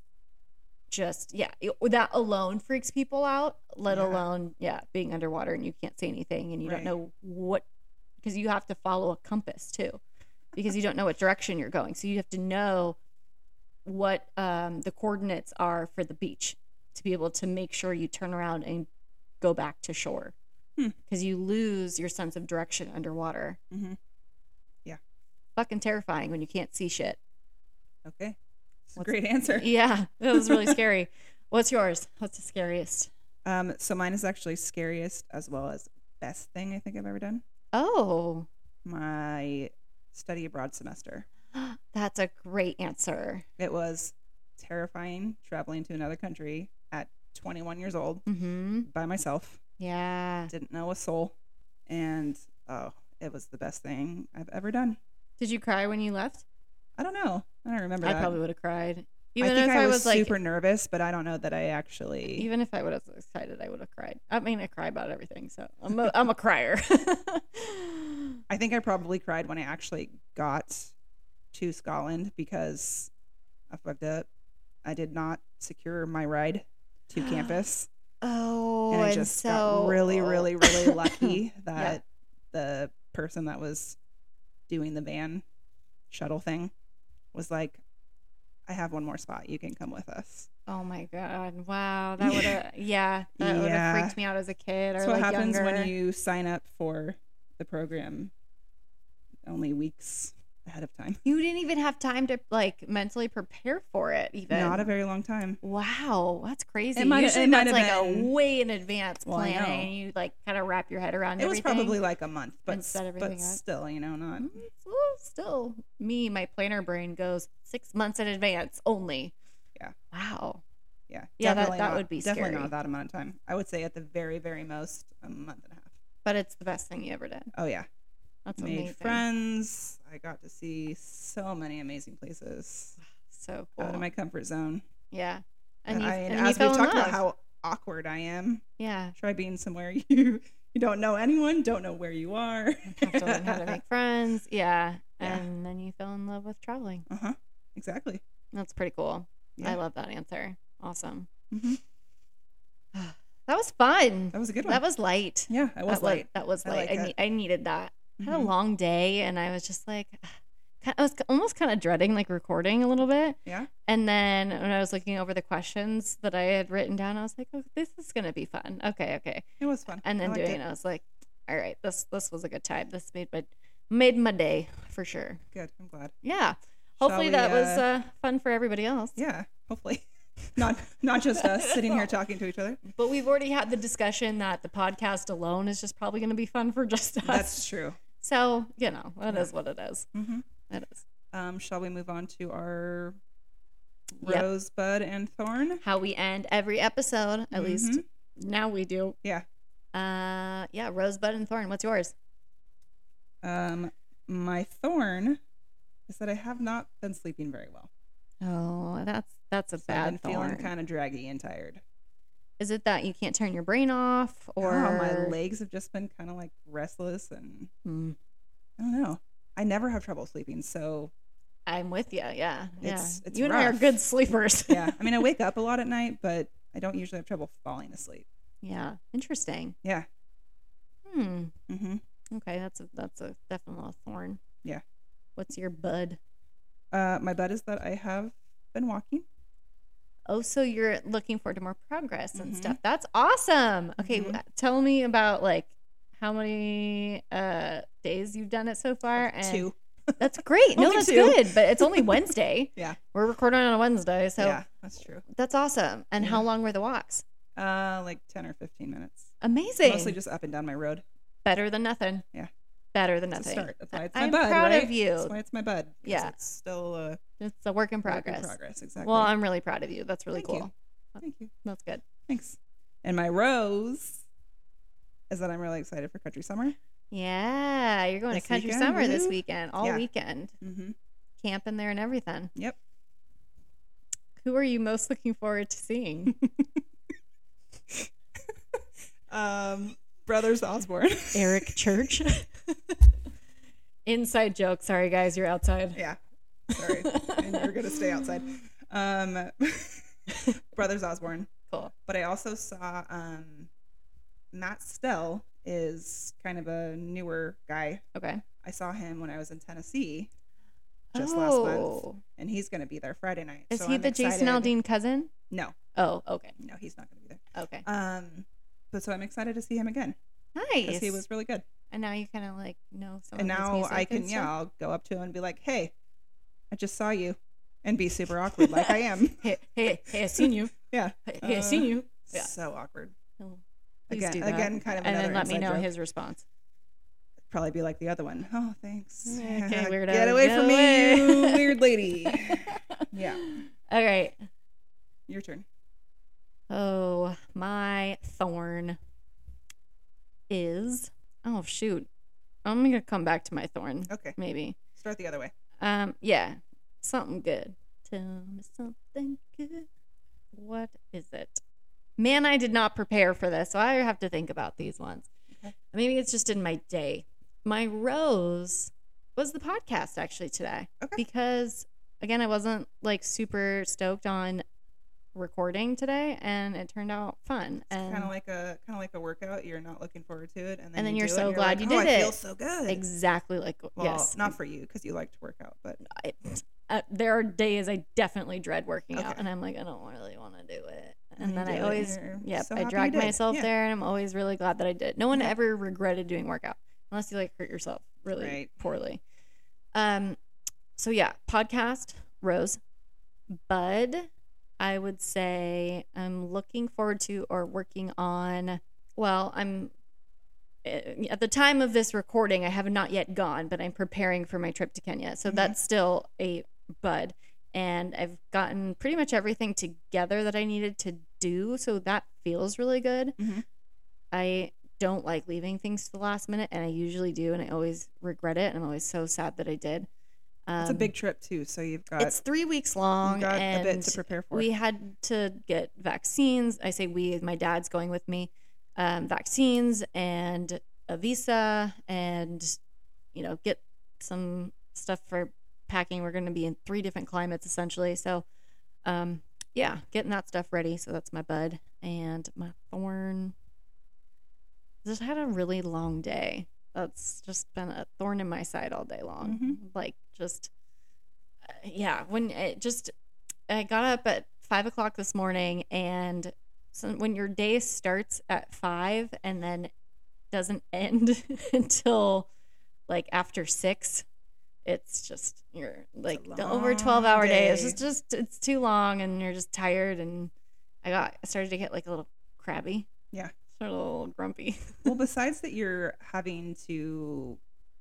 Speaker 1: just, yeah, it- that alone freaks people out, let
Speaker 2: Yeah.
Speaker 1: alone, yeah, being underwater and you can't see anything and you
Speaker 2: Right.
Speaker 1: don't know what, because you have to follow a compass too, because you don't know what direction you're going. So you have to know what um, the coordinates are for the beach to be able to make sure you turn around and go back to shore
Speaker 2: Hmm.
Speaker 1: because you lose your sense of direction underwater.
Speaker 2: Mhm. Yeah.
Speaker 1: Fucking terrifying when you can't see shit.
Speaker 2: Okay. It's a
Speaker 1: What's-
Speaker 2: great answer.
Speaker 1: Yeah, that was really scary. What's yours? What's the scariest?
Speaker 2: Um, so mine is actually scariest as well as best thing I think I've ever done.
Speaker 1: Oh,
Speaker 2: My study abroad semester.
Speaker 1: that's a great answer.
Speaker 2: It was terrifying traveling to another country at 21 years old
Speaker 1: Mm-hmm.
Speaker 2: by myself.
Speaker 1: Yeah.
Speaker 2: Didn't know a soul, and oh, it was the best thing I've ever done.
Speaker 1: Did you cry when you left?
Speaker 2: I don't know. I don't remember.
Speaker 1: I
Speaker 2: that.
Speaker 1: probably would have cried.
Speaker 2: I
Speaker 1: Even
Speaker 2: think
Speaker 1: if
Speaker 2: I,
Speaker 1: I
Speaker 2: was,
Speaker 1: like,
Speaker 2: super nervous, but I don't know that I actually.
Speaker 1: even if I would have excited, I would have cried. I mean, I cry about everything, so I'm a, I'm a crier.
Speaker 2: I think I probably cried when I actually got to Scotland because I fucked up. I did not secure my ride to campus,
Speaker 1: oh,
Speaker 2: and I just got really, really, really lucky that the person that was doing the van shuttle thing was like, "I have one more spot. You can come with us."
Speaker 1: Oh my god! Wow, that would have yeah, that would
Speaker 2: Yeah.
Speaker 1: have freaked me out as a kid.
Speaker 2: That's
Speaker 1: or
Speaker 2: what
Speaker 1: like
Speaker 2: happens
Speaker 1: younger.
Speaker 2: when you sign up for the program only weeks ahead of time.
Speaker 1: You didn't even have time to like mentally prepare for it. Even
Speaker 2: Not a very long time.
Speaker 1: wow, that's crazy.
Speaker 2: It might-
Speaker 1: Usually
Speaker 2: it might
Speaker 1: that's
Speaker 2: have
Speaker 1: like
Speaker 2: been-
Speaker 1: a way in advance
Speaker 2: Well, I
Speaker 1: planning.
Speaker 2: know.
Speaker 1: and you like kind of wrap your head around.
Speaker 2: It was
Speaker 1: everything.
Speaker 2: probably like a month, but
Speaker 1: and set
Speaker 2: s-
Speaker 1: everything
Speaker 2: but
Speaker 1: up.
Speaker 2: still, you know, not.
Speaker 1: Mm, well, still me. My planner brain goes six months in advance only.
Speaker 2: Yeah.
Speaker 1: Wow.
Speaker 2: Yeah,
Speaker 1: Yeah, that-
Speaker 2: definitely
Speaker 1: that
Speaker 2: not-
Speaker 1: would be
Speaker 2: definitely
Speaker 1: scary.
Speaker 2: not that amount of time. I would say at the very, very most a month and a half.
Speaker 1: But it's the best thing you ever did.
Speaker 2: Oh yeah,
Speaker 1: That's
Speaker 2: made
Speaker 1: amazing.
Speaker 2: friends. I got to see so many amazing places
Speaker 1: So cool.
Speaker 2: out of my comfort zone.
Speaker 1: yeah. And you,
Speaker 2: I,
Speaker 1: and you
Speaker 2: as
Speaker 1: fell
Speaker 2: we've
Speaker 1: in
Speaker 2: talked about
Speaker 1: love.
Speaker 2: how awkward I am,
Speaker 1: yeah.
Speaker 2: try being somewhere you you don't know anyone, don't know where you are.
Speaker 1: have to learn how to make friends. Yeah.
Speaker 2: Yeah.
Speaker 1: And then you fell in love with traveling.
Speaker 2: Uh huh. Exactly.
Speaker 1: That's pretty cool. I
Speaker 2: Yeah.
Speaker 1: love that answer. Awesome.
Speaker 2: Mhm.
Speaker 1: That was fun.
Speaker 2: That was a good one.
Speaker 1: That was light.
Speaker 2: yeah, I was
Speaker 1: that
Speaker 2: late.
Speaker 1: Was, that was
Speaker 2: I
Speaker 1: light.
Speaker 2: like
Speaker 1: I,
Speaker 2: it.
Speaker 1: ne- I needed that. I had a
Speaker 2: Mhm.
Speaker 1: long day and I was just like, I was almost kind of dreading like recording a little bit.
Speaker 2: Yeah.
Speaker 1: And then when I was looking over the questions that I had written down, I was like, oh, this is going to be fun. Okay. Okay.
Speaker 2: It was fun.
Speaker 1: And
Speaker 2: I
Speaker 1: then
Speaker 2: liked
Speaker 1: doing
Speaker 2: it.
Speaker 1: it, I was like, all right, this, this was a good time. This made my, made my day for sure.
Speaker 2: Good. I'm glad.
Speaker 1: Yeah.
Speaker 2: Shall
Speaker 1: Hopefully
Speaker 2: we,
Speaker 1: that was
Speaker 2: uh,
Speaker 1: uh, fun for everybody else.
Speaker 2: Yeah, hopefully. Not not just us sitting here talking to each other.
Speaker 1: But we've already had the discussion that the podcast alone is just probably going to be fun for just us.
Speaker 2: That's true.
Speaker 1: so, you know, that is
Speaker 2: Yeah.
Speaker 1: what it is.
Speaker 2: hmm
Speaker 1: That is.
Speaker 2: Um, shall we move on to our
Speaker 1: Yep.
Speaker 2: rosebud and thorn?
Speaker 1: How we end every episode, at least
Speaker 2: Mhm.
Speaker 1: now we do.
Speaker 2: Yeah.
Speaker 1: Uh, yeah, Rosebud and Thorn. What's yours?
Speaker 2: Um, my thorn is that I have not been sleeping very well.
Speaker 1: Oh, that's that's a
Speaker 2: So I've
Speaker 1: bad
Speaker 2: been feeling
Speaker 1: thorn.
Speaker 2: kind of draggy and tired.
Speaker 1: is it that you can't turn your brain off, or
Speaker 2: Or Oh, my legs have just been kind of like restless, and
Speaker 1: Hmm.
Speaker 2: I don't know. I never have trouble sleeping, so
Speaker 1: I'm with you. Yeah,
Speaker 2: It's-
Speaker 1: yeah.
Speaker 2: it's
Speaker 1: you and I are
Speaker 2: rough.
Speaker 1: good sleepers.
Speaker 2: yeah. I mean, I wake up a lot at night, but I don't usually have trouble falling asleep.
Speaker 1: yeah. Interesting.
Speaker 2: Yeah.
Speaker 1: Hmm.
Speaker 2: Mm-hmm.
Speaker 1: Okay, that's a that's a definitely a thorn.
Speaker 2: Yeah.
Speaker 1: What's your bud?
Speaker 2: Uh, my bet is that I have been walking.
Speaker 1: Oh, so you're looking forward to more progress and
Speaker 2: Mhm.
Speaker 1: stuff. That's awesome. Okay,
Speaker 2: Mhm.
Speaker 1: w- tell me about like how many uh days you've done it so far. And
Speaker 2: Two.
Speaker 1: That's great. no,
Speaker 2: Only
Speaker 1: that's
Speaker 2: two.
Speaker 1: good. But it's only Wednesday.
Speaker 2: Yeah.
Speaker 1: We're recording on a Wednesday, so
Speaker 2: yeah, that's true.
Speaker 1: that's awesome. And how long were the walks?
Speaker 2: Uh, like ten or fifteen minutes.
Speaker 1: Amazing.
Speaker 2: Mostly just up and down my road.
Speaker 1: better than nothing.
Speaker 2: Yeah.
Speaker 1: Better than
Speaker 2: That's
Speaker 1: nothing.
Speaker 2: a start. That's why it's my
Speaker 1: I'm
Speaker 2: bud.
Speaker 1: proud
Speaker 2: right?
Speaker 1: of you.
Speaker 2: That's why it's my bud. 'cause
Speaker 1: Yeah.
Speaker 2: it's still uh, work
Speaker 1: It's a work in
Speaker 2: in
Speaker 1: progress.
Speaker 2: progress. Exactly.
Speaker 1: Well, I'm really proud of you. That's really
Speaker 2: Thank
Speaker 1: cool.
Speaker 2: you. Thank you.
Speaker 1: That's good.
Speaker 2: Thanks. And my rose is that I'm really excited for country summer.
Speaker 1: Yeah, you're going
Speaker 2: This
Speaker 1: to country
Speaker 2: weekend,
Speaker 1: summer this
Speaker 2: woohoo.
Speaker 1: weekend, all
Speaker 2: Yeah.
Speaker 1: weekend,
Speaker 2: Mm-hmm.
Speaker 1: camping there and everything.
Speaker 2: Yep.
Speaker 1: Who are you most looking forward to seeing?
Speaker 2: Um, brothers Osborne.
Speaker 1: Eric Church. Inside joke. Sorry, guys, you're outside.
Speaker 2: yeah. Sorry. and you're gonna stay outside. Um, brothers Osborne.
Speaker 1: Cool.
Speaker 2: but I also saw um, Matt Stell is kind of a newer guy.
Speaker 1: Okay.
Speaker 2: I saw him when I was in Tennessee just last month, and he's going to be there Friday night.
Speaker 1: Oh. Is
Speaker 2: so
Speaker 1: he
Speaker 2: I'm
Speaker 1: the Jason
Speaker 2: excited.
Speaker 1: Aldean cousin?
Speaker 2: No,
Speaker 1: Oh, okay.
Speaker 2: no, he's not going to be
Speaker 1: Okay.
Speaker 2: there. Um, but so I'm excited to see him again
Speaker 1: nice.
Speaker 2: because he was really good.
Speaker 1: and now you kind of like know some
Speaker 2: and
Speaker 1: of his
Speaker 2: now
Speaker 1: music
Speaker 2: I
Speaker 1: and
Speaker 2: can, yeah,
Speaker 1: stuff.
Speaker 2: I'll go up to him and be like, "Hey, I just saw you," and be super awkward like I am.
Speaker 1: Hey, hey, hey, I seen you.
Speaker 2: Yeah.
Speaker 1: Hey, hey, I seen
Speaker 2: Uh,
Speaker 1: you. Yeah.
Speaker 2: So awkward.
Speaker 1: He'll- please
Speaker 2: Again,
Speaker 1: do that.
Speaker 2: again, kind of
Speaker 1: and
Speaker 2: another
Speaker 1: then let me
Speaker 2: inside
Speaker 1: know
Speaker 2: joke.
Speaker 1: his response.
Speaker 2: probably be like the other one. Oh, thanks.
Speaker 1: Okay, weirdo.
Speaker 2: Get away
Speaker 1: Get
Speaker 2: from
Speaker 1: away.
Speaker 2: me, you weird lady. yeah,
Speaker 1: All right.
Speaker 2: your turn.
Speaker 1: Oh, my thorn is. Oh, shoot. I'm going to come back to my thorn,
Speaker 2: Okay,
Speaker 1: maybe.
Speaker 2: start the other way.
Speaker 1: Um, yeah, something good. Tell me something good. What is it? Man, I did not prepare for this, so I have to think about these ones.
Speaker 2: Okay.
Speaker 1: Maybe it's just in my day. My rose was the podcast actually today
Speaker 2: Okay.
Speaker 1: because again, I wasn't like super stoked on recording today, and it turned out fun. And
Speaker 2: Kind of like a kind of like a workout. You're not looking forward to it, and then
Speaker 1: And then
Speaker 2: you
Speaker 1: you're
Speaker 2: do it,
Speaker 1: so
Speaker 2: and
Speaker 1: glad
Speaker 2: like,
Speaker 1: you
Speaker 2: "Oh,
Speaker 1: did
Speaker 2: I feel
Speaker 1: it."
Speaker 2: so good.
Speaker 1: exactly like
Speaker 2: Well,
Speaker 1: yes,
Speaker 2: not for you because you like to work out, but
Speaker 1: I, uh, there are days I definitely dread working out,
Speaker 2: Okay.
Speaker 1: and I'm like, I don't really want to do it.
Speaker 2: And
Speaker 1: And
Speaker 2: you
Speaker 1: then I
Speaker 2: do it,
Speaker 1: always,
Speaker 2: and you're
Speaker 1: yep,
Speaker 2: so
Speaker 1: I
Speaker 2: happy you
Speaker 1: drag
Speaker 2: did.
Speaker 1: myself
Speaker 2: Yeah.
Speaker 1: there, and I'm always really glad that I did. No one
Speaker 2: Yeah.
Speaker 1: ever regretted doing workout unless you like hurt yourself really
Speaker 2: Right.
Speaker 1: poorly. Um, so yeah, podcast Rose, Bud. I would say I'm looking forward to or working on. Well, I'm eh, at the time of this recording, I have not yet gone, but I'm preparing for my trip to Kenya. So
Speaker 2: Mhm.
Speaker 1: that's still a bud. And I've gotten pretty much everything together that I needed to do. So that feels really good.
Speaker 2: Mhm.
Speaker 1: I don't like leaving things to the last minute, and I usually do. And I always regret it. And I'm always so sad that I did. Um,
Speaker 2: it's a big trip too, so you've got
Speaker 1: It's three weeks long.
Speaker 2: you've got a
Speaker 1: and
Speaker 2: bit to prepare for.
Speaker 1: we had to get vaccines. I say we, my dad's going with me. Um, vaccines and a visa, and you know, get some stuff for packing. We're going to be in three different climates essentially. So, um, yeah, getting that stuff ready. So that's my bud and my thorn. Just had a really long day. That's just been a thorn in my side all day long.
Speaker 2: Mhm.
Speaker 1: Like just, uh, yeah. When it just I got up at five o'clock this morning, and so when your day starts at five and then doesn't end until like after six, it's just you're like the over
Speaker 2: long
Speaker 1: twelve hour day. It's
Speaker 2: day.
Speaker 1: just just it's too long, and you're just tired. And I got I started to get like a little crabby.
Speaker 2: Yeah.
Speaker 1: sort of a little grumpy.
Speaker 2: well, besides that, you're having to,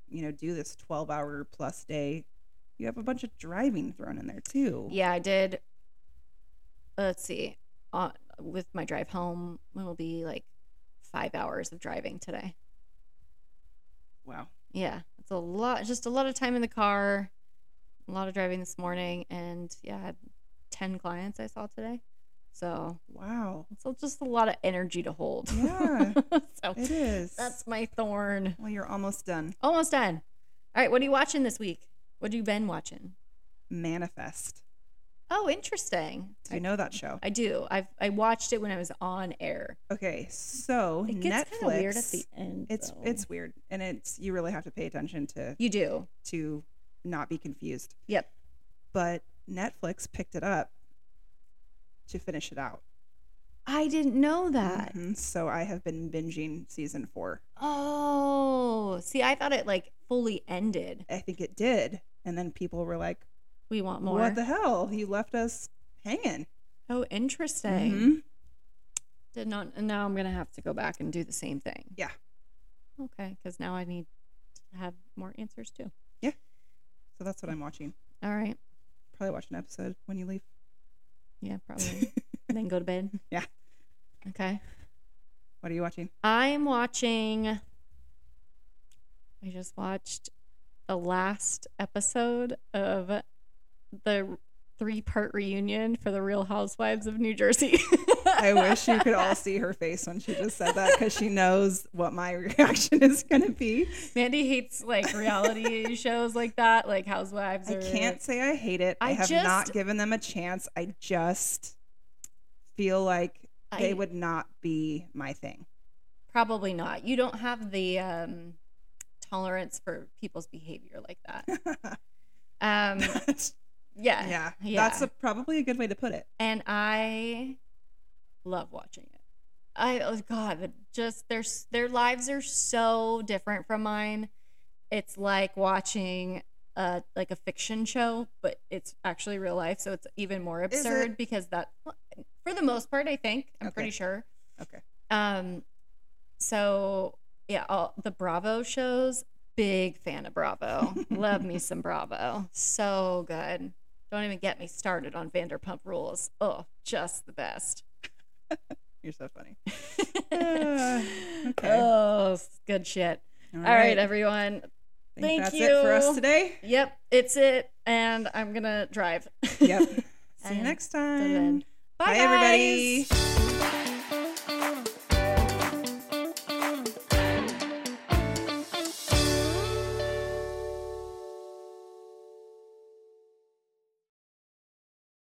Speaker 2: you know, do this 12 hour plus day. You have a bunch of driving thrown in there too.
Speaker 1: Yeah, I did. Let's see. Uh, with my drive home, it will be like five hours of driving today.
Speaker 2: Wow.
Speaker 1: yeah it's a lot just a lot of time in the car a lot of driving this morning and yeah I had 10 clients i saw today so
Speaker 2: Wow.
Speaker 1: so just a lot of energy to hold
Speaker 2: Yeah.
Speaker 1: so
Speaker 2: It is.
Speaker 1: that's my thorn
Speaker 2: well, you're almost done.
Speaker 1: almost done all right what are you watching this week what have you been watching
Speaker 2: Manifest.
Speaker 1: oh interesting
Speaker 2: Do you know that show?
Speaker 1: i do i've i watched it when i was on air
Speaker 2: Okay, so
Speaker 1: it gets kind
Speaker 2: Netflix.
Speaker 1: of weird at the end
Speaker 2: it's
Speaker 1: though.
Speaker 2: it's weird, and it's you really have to pay attention to
Speaker 1: you do
Speaker 2: to not be confused.
Speaker 1: Yep.
Speaker 2: But Netflix picked it up to finish it out.
Speaker 1: i didn't know that
Speaker 2: Mhm, So I have been binging season four.
Speaker 1: Mm-hmm. oh see i thought it like fully ended
Speaker 2: I think it did. And then people were like,
Speaker 1: we want more
Speaker 2: What the hell? You left us hanging.
Speaker 1: Oh, interesting.
Speaker 2: Mhm.
Speaker 1: Did not. And now I'm gonna have to go back and do the same thing.
Speaker 2: Yeah.
Speaker 1: Okay, because now I need to have more answers too.
Speaker 2: So that's what I'm watching.
Speaker 1: All right.
Speaker 2: Probably watch an episode when you leave.
Speaker 1: Yeah, probably. And then go to bed.
Speaker 2: Yeah.
Speaker 1: Okay.
Speaker 2: What are you watching?
Speaker 1: I'm watching. I just watched the last episode of the three-part reunion for the Real Housewives of New Jersey.
Speaker 2: I wish you could all see her face when she just said that because she knows what my reaction is going to be.
Speaker 1: Mandy hates like reality shows like that, like Housewives.
Speaker 2: I
Speaker 1: or-
Speaker 2: can't say I hate it. I,
Speaker 1: I
Speaker 2: have
Speaker 1: just-
Speaker 2: not given them a chance. I just feel like
Speaker 1: I-
Speaker 2: they would not be my thing.
Speaker 1: Probably not. You don't have the um, tolerance for people's behavior like that. Um, yeah.
Speaker 2: yeah,
Speaker 1: Uh, yeah.
Speaker 2: that's a, probably a good way to put it.
Speaker 1: And I love watching it. I oh god, but just their their lives are so different from mine. It's like watching a like a fiction show, but it's actually real life, so it's even more
Speaker 2: Is
Speaker 1: absurd because that for the most part, I think, I'm
Speaker 2: Okay.
Speaker 1: pretty sure.
Speaker 2: Okay.
Speaker 1: Um, so yeah, all the Bravo shows. Big fan of Bravo. Love me some Bravo. So good. Don't even get me started on Vanderpump Rules. Oh, just the best.
Speaker 2: You're so funny. Uh, okay.
Speaker 1: Oh, s- good shit. All right, everyone. thank
Speaker 2: I think that's it for
Speaker 1: you.
Speaker 2: us today.
Speaker 1: Yep, it's it, and I'm gonna drive.
Speaker 2: Yep. See you
Speaker 1: And
Speaker 2: next
Speaker 1: till then.
Speaker 2: time.
Speaker 1: Bye,
Speaker 2: Bye everybody.
Speaker 1: guys.